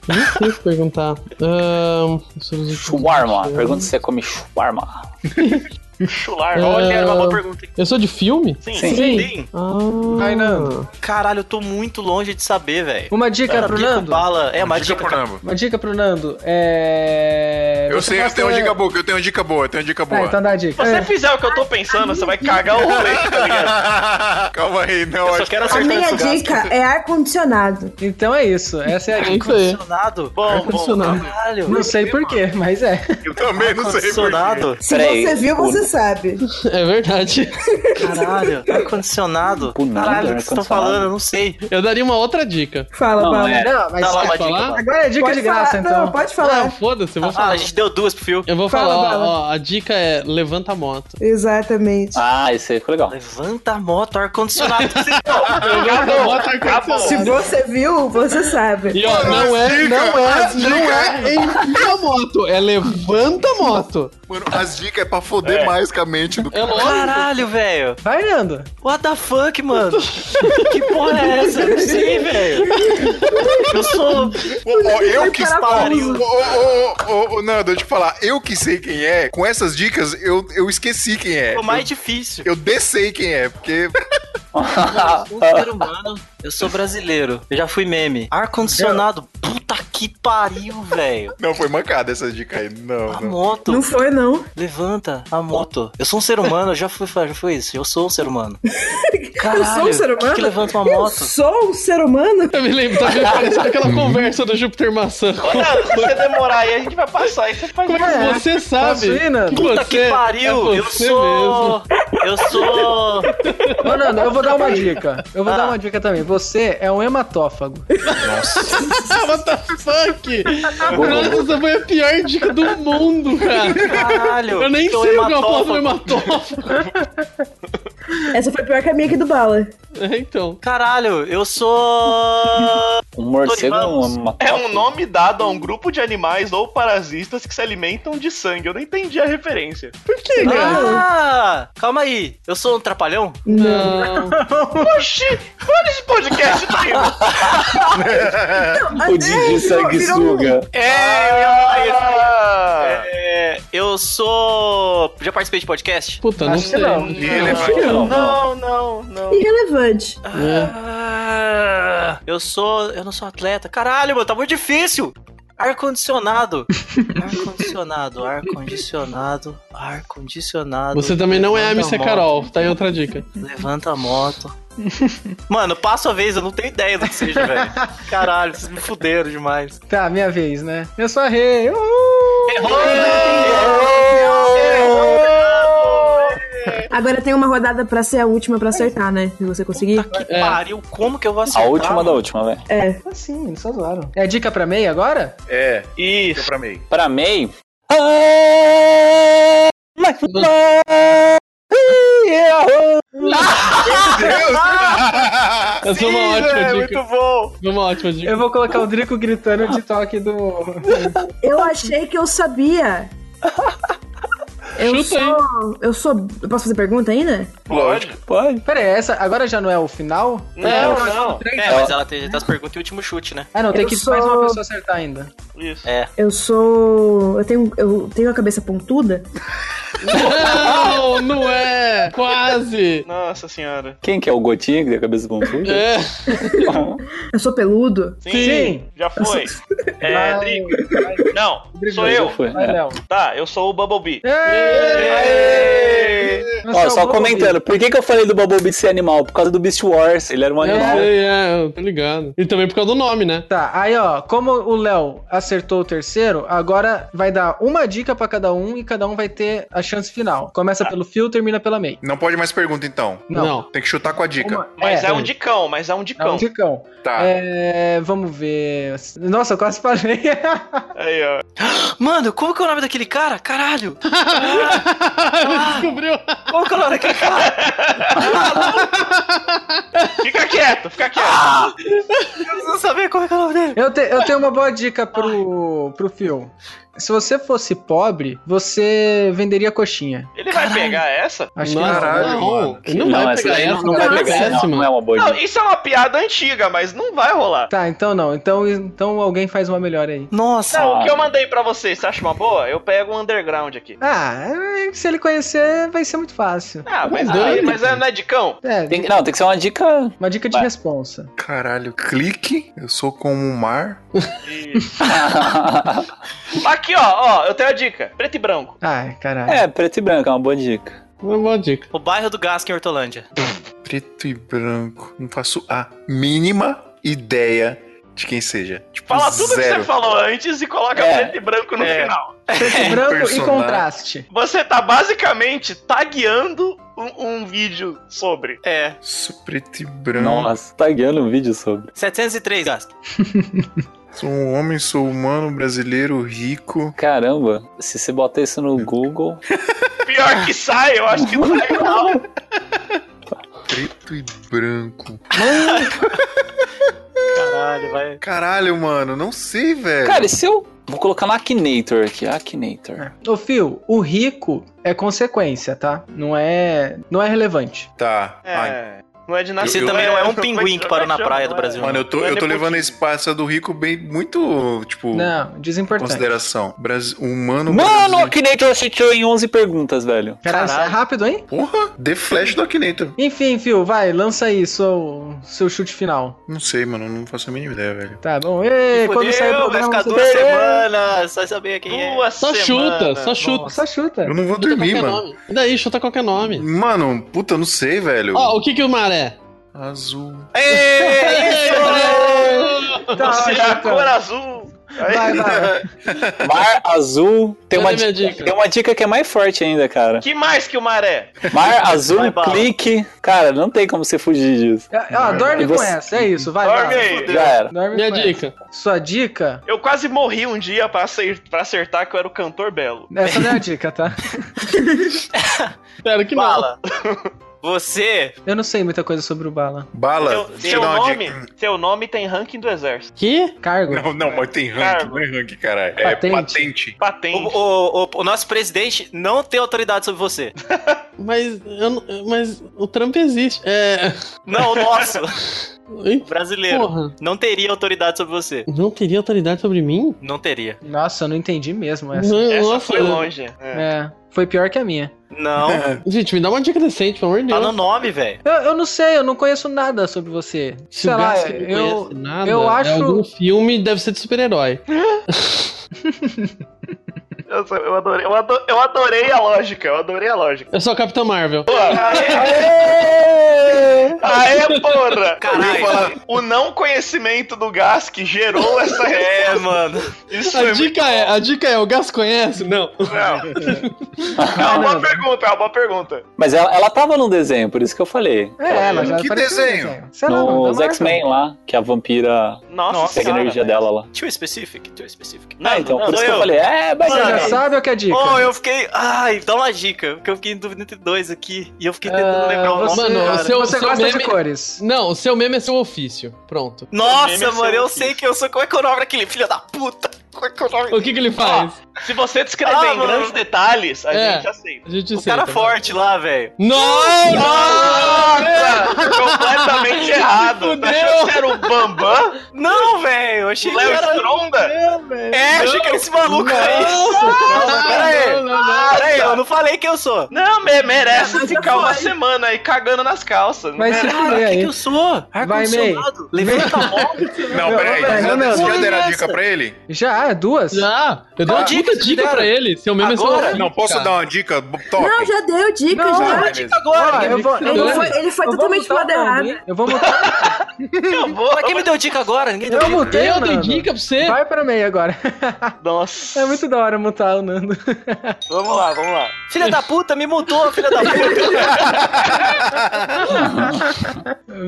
F: Não sei o que perguntar. Ahn, sobre os-
G: Shawarma. Pergunta se você come shawarma.
B: Chular.
F: É.
B: Olha, era uma boa pergunta.
F: Eu sou de filme?
B: Sim,
G: Sim.
B: sim.
F: Ah.
H: Vai, Nando.
E: Caralho, eu tô muito longe de saber, velho.
H: Uma dica pro
E: Bico
H: Nando.
E: Bala. É, uma
C: dica
E: dica
C: por
E: pra...
C: Nambo.
H: Uma dica pro Nando. É.
C: Eu
H: você
C: sei, eu
H: posta-
C: tenho uma dica boa, eu tenho uma dica boa, eu tenho uma dica
H: Tá,
C: boa.
H: então dá a dica.
B: Se você
H: É.
B: fizer o que eu tô pensando, você vai cagar o rolê, tá ligado?
C: Calma aí, não,
E: Eu só
C: acho
E: quero
D: A
E: acertar
D: minha
E: esse gasto.
G: assim?
D: dica é ar-condicionado.
H: Então é isso. Essa é a
F: É
H: dica.
F: isso aí.
E: Condicionado? Bom, bom,
F: Condicionado.
E: caralho.
H: Não sei porquê, mas é.
C: que eu também não sei por quê.
E: Condicionado?
D: Se
G: Peraí,
D: você viu,
G: o-
D: você sabe.
F: É verdade.
E: Caralho, ar-condicionado?
G: Do nada,
E: Caralho, o que vocês estão
G: ar-condicionado.
E: falando? Eu não sei.
F: Eu daria uma outra dica.
D: Fala,
G: Não,
D: Paulo.
G: é.
H: Não, mas
E: Dá lá uma
F: quer falar?
E: dica. Bala.
H: agora é dica
D: Pode
H: de graça,
D: falar.
H: então.
D: Não, pode
F: Ah,
D: falar.
F: foda-se, eu vou
E: Ah,
F: falar.
E: a gente deu duas pro fio.
F: Eu vou
D: Fala,
F: falar, ó,
D: Bala.
F: ó, a dica é levanta a moto.
D: Exatamente.
G: Ah, esse aí ficou legal.
E: Levanta a moto, ar-condicionado.
F: Levanta a moto ar-condicionado.
D: Se você viu, você sabe.
F: E ó, não é,
C: dica,
F: não é,
C: as
F: não é enfia a moto, é levanta a moto.
C: Mano, as dicas é pra foder mais com a mente do
F: É
C: cara.
F: lógico.
E: Caralho, velho.
H: Vai, Nando.
E: What the fuck, mano? que porra é essa? Eu não sei, velho. Eu sou.
C: Ô, ô, eu que
D: parafuso.
C: pariu. Ô, ô, ô, ô, ô, Nando, eu te falar, eu que sei quem é, com essas dicas eu, eu esqueci quem é.
E: o mais difícil.
C: Eu dessei quem é, porque.
E: Eu sou um ser humano, eu sou brasileiro. Eu já fui meme. Ar-condicionado, puta que pariu, velho.
C: Não, foi mancada essa dica aí. Não,
E: A
C: não.
E: moto,
D: Não foi, não.
E: levanta a moto. Eu sou um ser humano, eu já fui, já fui isso. Eu sou um ser humano.
D: Eu
E: Caralho,
D: sou um ser
E: que
D: humano?
E: que levanta uma
D: Eu
E: moto?
D: sou um ser humano?
F: Eu me lembro, tá me parecendo aquela conversa do Júpiter Maçã.
B: Cara, se você demorar aí, a gente vai passar. Aí você faz um
F: Como é que você
H: Posso
F: sabe?
H: ir, Nando?
E: Puta
F: você-
E: que pariu,
F: é
E: eu
F: você
E: sou. Eu sou.
H: Ô, Nando, eu vou dar uma dica. Eu vou
E: Ah.
H: dar uma dica também. Você é um hematófago.
F: Ah, what the fuck? Nossa, essa foi a pior dica do mundo, cara.
E: Caralho.
F: Eu nem
G: Então,
E: sou
F: sei o que eu posso
E: hematófago.
F: hematófago.
D: Essa foi pior que a minha aqui do Bala.
F: É, então.
E: Caralho, eu sou.
G: Um morcego é
E: Vamos.
G: uma...
B: É um nome dado a um grupo de animais ou parasitas que se alimentam de sangue. Eu não entendi a referência.
F: Por que, cara?
E: Ah, calma aí. Eu sou um trapalhão?
F: Não.
B: Oxi! Olha esse podcast tá
G: O
D: é
F: É,
G: Didi sanguessuga.
F: um
E: É, eu ia falar isso.
B: aí.
E: É, eu sou. Já participei de podcast?
F: Puta, não sei.
C: Relevante.
G: Não, não.
B: Não, não, não.
D: Irrelevante.
F: É.
E: Ah, eu sou. Eu não sou atleta. Caralho, mano, tá muito difícil. Ar-condicionado. Ar-condicionado, ar-condicionado, ar-condicionado.
F: Você também não é a
E: Levanta
F: Missa
E: moto,
F: Carol, tá aí outra dica.
E: Levanta a moto. Mano, passa a vez, eu não tenho ideia do que seja, velho. Caralho, vocês me fuderam demais.
H: Tá, minha vez, né? Eu sou a rei. Uhul! É.
E: Errou! Errou!
D: Agora tem uma rodada pra ser a última pra acertar, né? Se você conseguir.
E: Puta que
F: É.
E: pariu, como que eu vou
G: A
E: acertar?
G: última da
E: mano?
G: última, velho.
D: É.
H: Assim, eles só zoaram. É dica pra meia agora?
C: É, fica
B: Isso.
C: pra meio.
G: Pra May,
F: Essa é uma
B: Ih,
F: ótima
B: velho,
F: dica.
B: Muito bom.
F: Uma ótima dica.
H: Eu vou colocar o Drico gritando de toque do.
D: Eu achei que eu sabia. Eu
F: Chuta aí.
D: sou. Eu sou. Eu posso fazer pergunta ainda?
B: Lógico.
G: pode.
H: Pera aí, essa agora já não é o final?
B: Não, não.
E: É, mas ela tem as perguntas e o último chute, né?
H: Ah, não, tem
D: Eu
H: que
D: sou-
H: mais uma pessoa acertar ainda.
B: Isso.
E: É.
D: Eu sou. Eu tenho, eu tenho a cabeça pontuda?
F: Não, não é! Quase!
B: Nossa senhora.
G: Quem que é o Gotinha que tem a cabeça um pontuda?
F: É,
D: Eu sou peludo?
B: Sim.
H: Sim.
B: Já foi. É, Drico. Não, sou
G: Já
B: eu.
G: foi,
H: Vai,
G: é.
H: Léo.
B: Tá, eu sou o Bumblebee.
H: Ê!
B: Ê!
H: Você é
G: Ó, só
H: o Bumblebee.
G: comentando, por que, que eu falei do Bubble Beat ser animal? Por causa do Beast Wars, ele era um
F: eu
G: animal.
F: sei, é, eu tô ligado. E também por causa do nome, né?
H: Tá, aí ó, como o Léo acertou o terceiro, agora vai dar uma dica pra cada um e cada um vai ter a chance final. Começa pelo fio, termina pela meia.
C: Não pode mais pergunta, então.
H: Não.
F: Não.
C: Tem que chutar com a dica.
H: Uma-
B: Mas é,
H: é,
B: um dicão, mas é um
H: é um
B: dicão.
H: dicão.
C: Tá.
H: É, vamos ver. Nossa, eu quase falei.
B: Aí, ó.
E: Mano, como que é o nome daquele cara? Caralho!
F: Descobriu!
E: Como que é o nome daquele cara?
B: Fica quieto, fica quieto.
E: Eu não sabia como é que é o nome dele.
H: Eu, te- eu tenho uma boa dica pro, pro Phil. Se você fosse pobre, você venderia coxinha.
B: Ele vai pegar essa?
H: Acho
F: Nossa,
H: que
C: caralho,
F: não.
C: mano.
F: Ele não, vai
G: essa
F: pegar
G: daí
F: essa,
G: não, não vai
F: cara,
G: pegar essa, não,
F: péssima.
G: não é uma boa
B: Não,
G: dica.
B: isso é uma piada antiga, mas não vai rolar.
H: Tá, então não. Então, então alguém faz uma melhor aí.
E: Nossa!
B: Não, o que eu mandei pra você, você acha uma boa? Eu pego um underground aqui.
H: Ah, é- se ele conhecer, vai ser muito fácil.
B: Ah, mas,
F: Mas
B: aí,
F: doido.
B: mas é, não é dicão?
H: É,
G: Tem que- não, tem que ser uma dica.
H: uma dica de
G: Vai.
H: responsa.
C: Caralho, clique. Eu sou como um mar.
B: Isso. Aqui, ó, ó, eu tenho a dica. Preto e branco.
H: Ai, caralho.
G: é, preto e branco, é uma boa dica.
F: Uma boa dica.
E: O bairro do Gasco em Hortolândia.
C: Preto e branco. Não faço a mínima ideia de quem seja. Tipo,
B: Fala tudo
C: zero.
B: que você falou antes e coloca
G: É.
B: preto e branco no final.
H: Preto, É, branco
C: É,
H: e
C: um personagem.
H: contraste.
B: Você tá basicamente tagueando um, um vídeo sobre.
E: É.
C: Sou preto e
F: Hum.
C: branco.
G: Nossa, tá guiando um vídeo sobre.
E: 703, Gasco.
C: Sou um homem, sou humano, brasileiro, rico.
G: Caramba, se você botar isso
F: Hum.
G: no Google.
B: Pior que sai, eu acho que não é real.
C: Preto e branco.
E: Caralho, vai.
C: Caralho, mano, não sei, velho.
G: Cara, e se eu. Vou colocar no Akinator aqui, Akinator.
H: É. Ô, Phil, o rico é consequência, tá? Não é, não é relevante.
C: Tá. Ai,
B: É. Não é de
E: Você
C: Eu-
E: também
C: eu-
E: não é um pinguim que parou na praia do
B: Não é.
E: Brasil.
C: Mano, eu tô,
B: Não é
C: eu tô
B: nepotismo.
C: levando esse passo do rico bem muito, tipo,
H: Não, é desimportante.
C: consideração. Brasi humano.
G: Mano, o
C: brasileiro.
G: Akinator assistiu em 11 perguntas, velho.
H: Caralho, isso é rápido, hein?
C: Porra, The Flash do Akinator.
H: Enfim, Phil, vai, lança aí seu, seu chute final.
C: Não sei, mano, não faço a mínima ideia, velho.
H: Tá bom. Ê, quando
E: Fudeu,
H: sair o
E: vai
H: programa,
E: ficar
H: você tá-
E: duas
H: perdeu.
E: semanas, só saber quem é.
B: Duas
F: Só chuta,
B: semanas.
F: só chuta.
H: Só chuta.
C: Eu não vou
F: Chuta
C: dormir,
F: qualquer
C: mano.
F: nome. E daí, chuta qualquer é nome.
C: Mano, puta, eu não sei, velho.
F: Ó, o que que o mar é?
C: Azul.
H: Tá,
B: Você é a
H: ótimo,
B: cor
H: então.
B: azul.
H: Vai, vai.
G: Mar azul. Tem uma,
F: Cadê minha
G: dica,
F: dica?
G: tem uma dica que é mais forte ainda, cara.
B: Que mais que o é? maré?
G: Mar azul,
E: Vai, bala.
G: clique. Cara, não tem como você fugir disso.
H: É, Ó, dorme
G: E
H: com
G: você-
H: essa, é isso. Vai,
B: Dorme
H: vai.
B: aí.
G: Já era.
H: Dorme
F: Minha
H: com
F: dica.
H: essa. Sua dica?
B: Eu quase morri um dia pra acer- pra acertar que eu era o cantor belo.
H: Essa não é a dica, tá?
F: Espero que não.
E: Fala. Você.
H: Eu não sei muita coisa sobre o Bala.
C: Bala.
B: Seu,
C: deixa eu
B: seu
C: dar uma
B: nome,
C: dica.
B: seu nome tem ranking do exército.
F: Que?
H: Cargo?
C: Não, não, mas tem rank,
B: Cargo.
C: não é rank, caralho. É
H: Patente.
C: patente.
E: O,
B: Patente.
E: o, o, o nosso presidente não tem autoridade sobre você.
F: Mas, eu não- mas o Trump existe. É.
E: Não, o nosso.
F: Ih,
E: Brasileiro.
F: Porra.
E: Não teria autoridade sobre você.
F: Não teria autoridade sobre mim?
E: Não teria.
H: Nossa, eu não entendi mesmo essa.
F: Não,
B: Essa
F: nossa.
B: foi longe. É.
H: É, foi pior que a minha.
E: né? Não.
F: Gente, me dá uma dica decente, pelo amor de
E: Tá
F: Deus.
E: no nome, velho.
H: Eu, eu não sei, eu não conheço nada sobre você.
F: Se
H: Sei
F: o
H: lá,
F: Gás não
H: eu,
F: conhece nada,
H: eu acho-
F: É algum filme deve ser de super-herói.
B: Nossa, Eu, adorei, eu, ado- eu adorei a lógica, eu adorei a lógica.
F: Eu sou a Capitã Marvel.
B: Aê, aê, É, porra!
E: Caralho.
B: Eu falo, O não conhecimento do gás que gerou essa
E: É,
B: resposta.
E: mano.
B: Isso
F: A
B: foi muito
F: dica é, a dica é, o Gas conhece? Não.
B: Não. É uma boa pergunta, é uma boa pergunta.
G: Mas ela, ela tava num desenho, por isso que eu falei.
H: É, ela já
C: Que
H: apareceu no
C: desenho?
H: Sei lá, é mano,
G: Nos
H: da Marvel.
G: X-Men lá, que a vampira
B: Nossa,
E: Nossa,
G: pega a
B: senhora,
G: energia
B: velho.
G: dela lá.
E: Too specific, too specific.
B: Não,
G: ah, então,
B: não,
G: por isso
B: sou
G: que eu,
B: eu.
G: falei, é, mas
H: Você
E: Mano,
H: já
E: Não.
H: sabe o que é dica?
E: Oh, eu fiquei. Ai, dá uma dica, porque eu fiquei em dúvida entre dois aqui. E eu fiquei tentando
H: Ah,
E: lembrar o nome.
H: você,
F: Mano, é
E: cara.
F: o seu-
H: você
F: seu
H: gosta de
F: meme-
H: cores.
F: Não, o seu meme é seu ofício. Pronto.
H: um
E: Nossa,
B: Meme é
E: mano,
B: seu
E: eu
B: ofício.
E: sei que eu sou. Como é que é o nome daquele filho da puta? Como é que é o nome?
F: O que que ele faz?
B: Se você descrever
E: Ah,
B: em
E: mano.
B: grandes detalhes, a
F: É.
B: gente aceita.
F: a gente né?
E: O cara forte lá, velho.
F: Não!
B: Nossa! completamente errado. Tá achando
F: Fudeu.
B: que era o Bambam?
E: Não, velho, eu achei
B: O
E: que
B: Léo
E: era...
B: Stronda?
E: É, eu achei que era esse maluco aí.
F: Nossa,
E: pera aí.
F: não, não, não.
E: Peraí, eu não falei quem eu sou.
B: Não, me- merece
D: Mas
B: ficar
D: foi.
B: uma semana aí cagando nas calças.
H: Vai se
F: é
H: fuder aí.
E: sou?
H: Vai, May.
E: Ar-condicionado. Levanta a mão.
C: Não, peraí.
H: Não,
C: Já,
H: não,
C: já
H: não.
C: deram a
H: Essa.
C: dica pra ele?
H: Já, é, duas?
F: Já, eu dei
C: Ah,
F: uma dica,
E: dicas
F: dica
E: deram.
F: pra ele. Seu meme é seu
E: Agora?
F: ofício.
C: Não, posso
F: cara.
C: dar uma dica top?
D: Não, já deu dica,
H: Não, é?
D: já.
C: Beleza.
H: Ó,
E: Agora.
H: eu vou, eu
D: Ele
H: vou,
D: foi, ele foi
H: eu vou
D: totalmente pro
H: mutar
D: lado
H: o nome.
D: errado.
H: Eu vou mutar.
E: Pra quem me deu dica agora? Ninguém deu
H: Eu
E: dica.
H: mutei o
F: Eu dei
H: Nando.
F: dica pra você.
H: Vai pra meia agora.
B: Nossa.
H: É muito da hora mutar o Nando.
B: Vamos lá, vamos lá.
E: Filha da puta, me mutou, filha da puta.
H: Vai,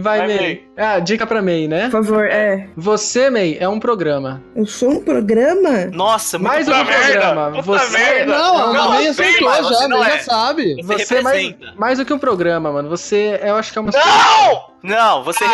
B: Vai,
H: May. Ah, dica pra May, né?
D: Por favor, é.
H: Você, May, é um programa.
D: Eu sou um programa?
E: Nossa, muito
H: Mais
E: bom.
H: um
B: Puta merda,
H: programa.
B: puta
H: Você,
B: merda.
F: Não,
H: Não,
F: a meia
B: sim,
F: acertou
B: mas
F: já,
E: você
F: a
E: não
F: meia
E: é.
F: já sabe.
H: você é mais,
E: representa.
H: mais do que um programa, mano. Você, é, eu acho que é uma.
B: Não!
E: Não, você
B: Ah.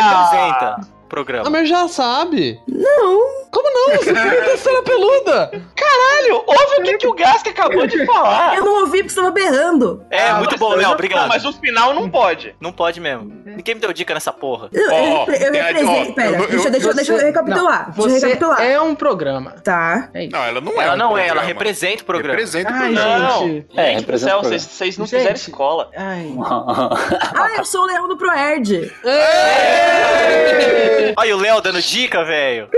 E: representa o programa.
F: A meia já sabe.
D: Não.
F: Como não? Você perguntou se era peluda.
B: Caralho, ouve o que, que o Gasca acabou de falar.
D: Eu não ouvi porque estava berrando.
E: É,
B: Ah,
E: muito
B: mas
E: bom,
B: eu
E: Léo,
B: já-
E: obrigado.
B: Não, mas o final não pode.
E: Não pode mesmo. Ninguém me deu dica nessa porra.
D: Eu, eu
C: Ó,
D: repre- eu
C: tem a-
D: represento.
C: ó,
D: Pera,
C: eu-
D: deixa,
C: eu-
D: deixa, deixa eu recapitular.
H: Não,
D: deixa eu
H: você
D: recapitular.
H: é um programa.
D: Tá.
C: Não, ela não é.
E: Ela
C: um
E: não é, ela
C: programa.
E: representa o programa.
C: Representa o
H: Ai,
C: programa.
B: Não.
H: gente.
G: É,
B: Gente do
G: representa
B: céu,
G: o programa.
B: vocês- vocês não
H: Gente.
B: fizeram escola.
H: Ai.
D: Ah, eu sou o Leão do Proerd.
E: Olha o Léo dando dica, velho.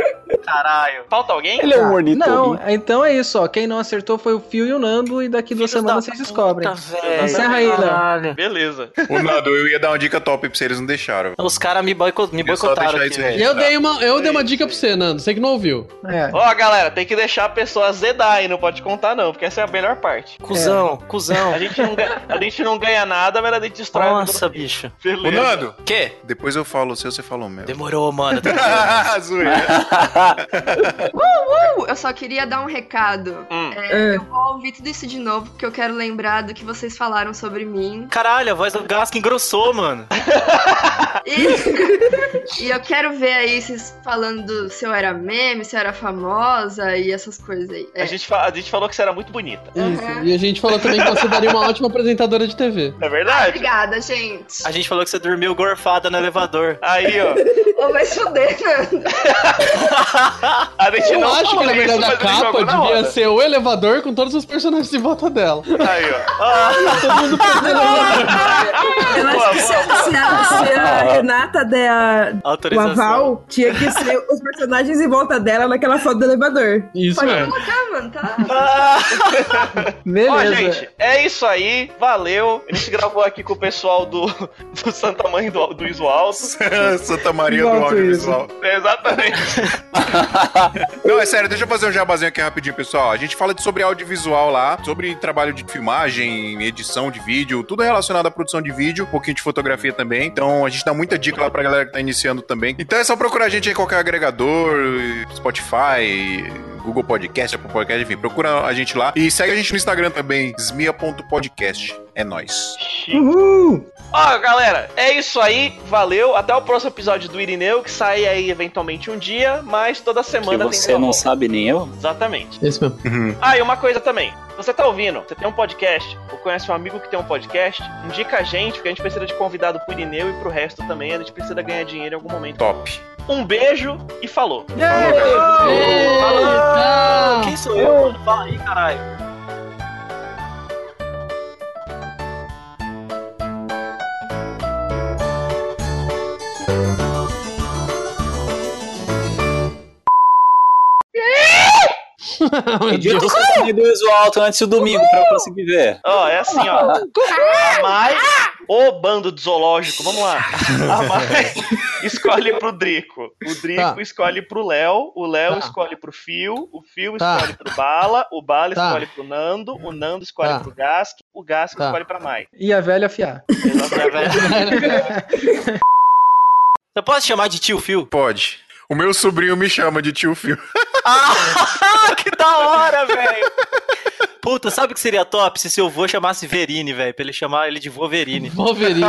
E: Caralho.
B: Falta alguém?
G: Ele é um ornitorrinco.
H: Não, então é isso, ó. Quem não acertou foi o Fio e o Nando, e daqui duas
E: Filhos
H: semanas
E: da
H: vocês descobrem.
E: puta, velho.
H: Encerra aí, Léo.
E: Caralho.
B: Beleza.
C: O Nando, eu ia dar uma dica top pra vocês, eles não deixaram.
E: Os caras me, boico- me
C: Eu só
E: boicotaram
C: deixar
E: aqui,
C: isso
E: velho.
C: aí.
F: Eu dei uma, eu dei uma dica pra você, Nando. Você que não ouviu.
H: É.
B: Ó, galera, tem que deixar a pessoa azedar aí, não pode contar não, porque essa é a melhor parte.
E: Cusão,
B: A
E: cuzão.
B: gente não ganha, a gente não ganha nada, mas a gente destrói.
E: Nossa, bicho.
C: O
B: Beleza.
C: Nando,
E: Que?
C: depois eu falo o seu, você falou o meu.
E: Demorou, mano.
C: Zoeira.
J: Eu só queria dar um recado.
B: Hum.
J: É, Eu vou ouvir tudo isso de novo, porque eu quero lembrar do que vocês falaram sobre mim.
E: Caralho, a voz do Gasco engrossou, mano.
J: E, e eu quero ver aí vocês falando se eu era meme, se eu era famosa e essas coisas aí. É.
B: A, gente fa- a gente falou que você era muito bonita.
F: Isso. E a gente falou também que você daria uma ótima apresentadora de TV.
B: É verdade?
J: Obrigada, gente.
E: A gente falou que você dormiu gorfada no elevador.
B: Aí, ó.
J: Ou vai fuder, Nando.
B: A gente
F: Eu
B: não
F: acho
B: falou
F: que na
B: isso,
F: verdade
B: mas
F: a
B: ele jogou
F: capa
B: na
F: devia
B: roda.
F: ser o elevador com todos os personagens em volta dela.
B: Aí, ó.
G: Ah,
D: Ah. Eu acho que se, a- se a, se a Renata der a- o
E: Autorização.
D: aval, tinha que ser os personagens em volta dela naquela foto do elevador.
F: Isso é.
J: Pode
F: mesmo.
J: colocar, mano, tá?
H: Beleza.
B: Ó, gente, é isso aí. Valeu. A gente gravou aqui com o pessoal do, do Santa Mãe do, do Iso Alto.
C: Santa Maria do
H: Nossa,
C: Audiovisual.
B: É, Exatamente.
C: Não, é sério, deixa eu fazer um jabazinho aqui rapidinho, pessoal. A gente fala de- sobre audiovisual lá, sobre trabalho de filmagem, edição de vídeo, tudo relacionado à produção de vídeo, um pouquinho de fotografia também. Então a gente dá muita dica lá pra galera que tá iniciando também. Então é só procurar a gente em qualquer agregador, Spotify. Google Podcast, Apple Podcast, enfim, procura a gente lá. E segue a gente no Instagram também, smia.podcast. É nóis.
B: Ó, galera, é isso aí. Valeu. Até o próximo episódio do Irineu, que sai aí eventualmente um dia, mas toda
G: Que
B: semana tem
G: você não
B: gravão.
G: sabe nem eu.
B: Exatamente.
F: Isso mesmo.
C: Uhum.
B: Ah, e uma coisa também. Você tá ouvindo, você tem um podcast, ou conhece um amigo que tem um podcast, indica a gente, porque a gente precisa de convidado pro Irineu e pro resto também. A gente precisa ganhar dinheiro em algum momento.
C: Top.
B: Um beijo e falou.
F: Eita!
E: Quem sou eu, mano? Fala aí, caralho.
F: Meu
G: Pediu
F: Deus.
G: você sair do Exo Alto antes do domingo pra eu conseguir ver.
B: Ó, é assim, ó. Mai, Ô bando de zoológico, vamos lá. A Mai escolhe pro Drico. O Drico
F: Tá.
B: escolhe pro Léo. O Léo
F: Tá.
B: escolhe pro Fio. O Fio
F: Tá.
B: escolhe pro Bala. O Bala
F: Tá.
B: escolhe pro Nando. O Nando escolhe
F: Tá.
B: pro Gask. O Gask
F: Tá.
B: escolhe pra Mai.
H: E a velha fiar.
E: Eu posso chamar de tio Phil?
C: Pode. O meu sobrinho me chama de tio Phil.
E: Ah, que da hora, velho! Puta, sabe o que seria top se seu vô chamasse Verine, velho? Pra ele chamar ele de Wolverine.
F: Wolverine.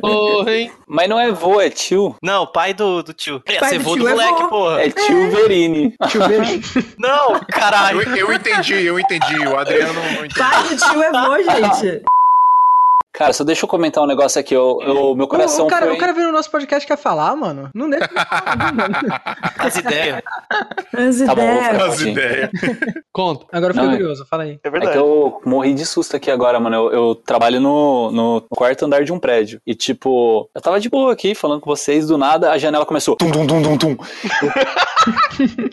F: Porra, hein?
G: Mas não é vô, é tio.
E: Não, pai do, do tio. Ele ia
D: Pai
E: ser
D: do
E: vô do
D: tio é
E: moleque,
D: vô.
E: porra.
G: É tio Verini.
H: Tio Verde.
E: Não,
C: Eu,
E: caralho.
C: eu entendi, eu entendi. O Adriano não entendeu.
D: Pai do tio é bom, gente.
G: Cara, só deixa eu comentar um negócio aqui. Eu, eu- meu
H: O,
G: coração
H: o, cara,
G: foi...
H: o cara veio no nosso podcast e quer falar, mano. Não deixa.
E: As ideias.
D: As
G: Tá bom, vou
D: ideias.
G: ficar
C: As
G: quietinho.
C: ideias.
F: Conta.
H: Agora eu fiquei
G: Não, é.
H: curioso, fala aí.
B: É
G: É
B: verdade.
G: que eu morri de susto aqui agora, mano. Eu, eu trabalho no, no quarto andar de um prédio. E, tipo, eu tava de boa aqui falando com vocês, do nada a janela começou. Tum, tum, tum, tum, tum.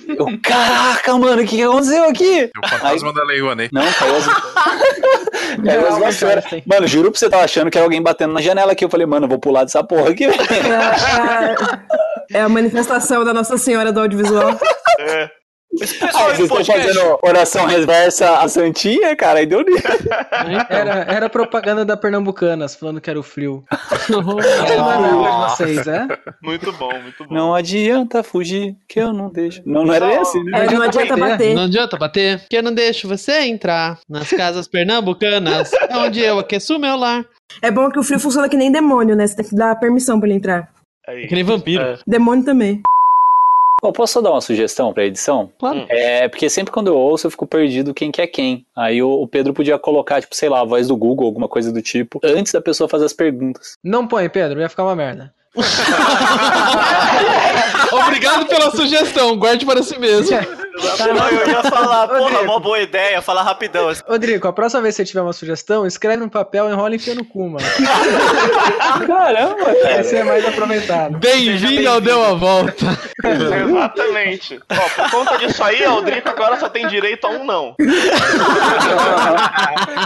G: Eu, eu, caraca, mano, o que, que aconteceu aqui?
C: O fantasma da Lei Rouanet.
G: Não, caiu as.
D: É,
G: caiu as
H: Não,
G: vassouras.
H: Einstein.
G: Mano, juro pra você, tava achando que era alguém batendo na janela aqui. Eu falei, mano, eu vou pular dessa porra aqui, velho.
D: É, a- é a manifestação da Nossa Senhora do Audiovisual.
G: Ah, vocês estão fazendo oração reversa a Santinha, cara, aí deu nisso.
H: Era, era propaganda da Pernambucanas falando que era o frio.
F: Então,
H: Não era eu de vocês, é?
B: Muito bom, muito bom.
G: Não adianta fugir, que eu não deixo. Não, não era
B: Não.
G: nem assim, né?
D: É, não adianta bater.
F: Não adianta bater, porque eu não deixo você entrar nas casas pernambucanas, é onde eu aqueço meu lar.
D: É bom que o frio funciona que nem demônio, né? Você tem que dar permissão pra ele entrar.
B: Aí.
F: É que nem vampiro.
B: É.
D: Demônio também.
G: Pô, É, posso só dar uma sugestão pra edição?
F: Claro.
G: É, porque sempre quando eu ouço eu fico perdido quem que é quem. Aí o, o Pedro podia colocar, tipo, sei lá, a voz do Google, alguma coisa do tipo, antes da pessoa fazer as perguntas.
H: Não põe, Pedro, ia ficar uma merda.
F: Obrigado pela sugestão, guarde para si mesmo.
E: Não, eu ia falar, porra,
H: Rodrigo.
E: mó boa ideia, falar rapidão. assim.
H: Rodrigo, a próxima vez que você tiver uma sugestão, escreve no papel, enrola e enfia no cu, mano.
G: Caramba, cara.
H: Esse é mais aproveitado.
F: Bem-vindo ao Deu a Volta.
B: Exatamente. Ó, por conta disso aí, ó, o Drico agora só tem direito a um não.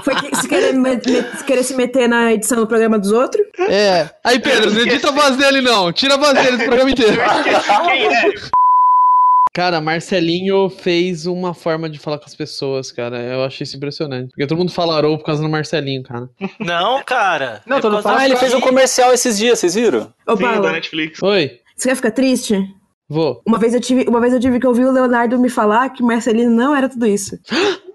D: Foi que, se, querer me- me- se querer se meter na edição do programa dos outros.
F: É. Aí, Pedro, não edita a voz dele, não. Tira a voz dele do programa inteiro.
B: Esqueci quem é.
F: Cara, Marcelinho fez uma forma de falar com as pessoas, cara. Eu achei isso impressionante. Porque todo mundo falarou por causa do Marcelinho, cara.
E: Não, cara.
H: Não, tô no
E: É por causa
H: palco.
G: Ah, ele fez um comercial esses dias, vocês viram?
D: Ô,
B: Sim, né? da
D: Paulo,
B: Netflix.
F: Oi,
D: você quer ficar triste?
F: vou.
D: Uma vez, eu tive, uma vez eu tive que ouvir o Leonardo me falar que Marcelino não era tudo isso.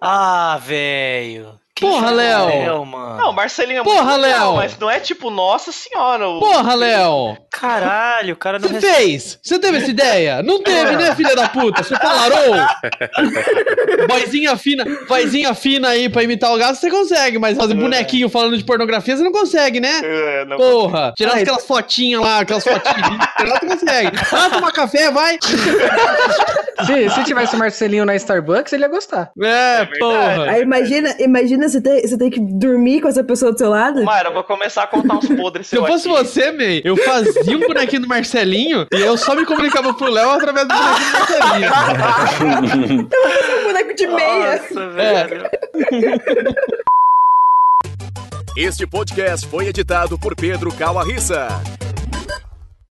E: Ah, velho. Quem
F: Porra,
E: chamou
F: Léo.
E: o Léo, mano.
B: Não, Marcelinho é
F: Porra,
B: muito legal,
F: Léo.
B: Mas não é tipo, nossa senhora. o-
F: Porra, Léo!
E: Caralho, o cara não
F: Você
E: recebe.
F: fez? Você teve essa ideia? Não teve, né, filha da puta? Você falarou? vozinha fina, vozinha fina aí pra imitar o gato, você consegue, mas fazer bonequinho falando de pornografia, você não consegue, né?
B: É, não-
F: Porra! Tirar aquelas fotinhas lá, aquelas fotinhas de Instagram, você consegue. Ah, tomar café, vai! É,
H: Se, se tivesse o Marcelinho na Starbucks, ele ia gostar.
F: É, porra!
D: Aí imagina, imagina você tem, você tem que dormir com essa pessoa do seu lado.
B: Mara, eu vou começar a contar uns podres
F: Se eu fosse
B: aqui.
F: você, May, eu fazia um bonequinho do Marcelinho e eu só me comunicava pro Léo através do bonequinho do Marcelinho.
D: Um boneco de meia.
E: Nossa, velho.
K: Este podcast foi editado por Pedro Calarissa.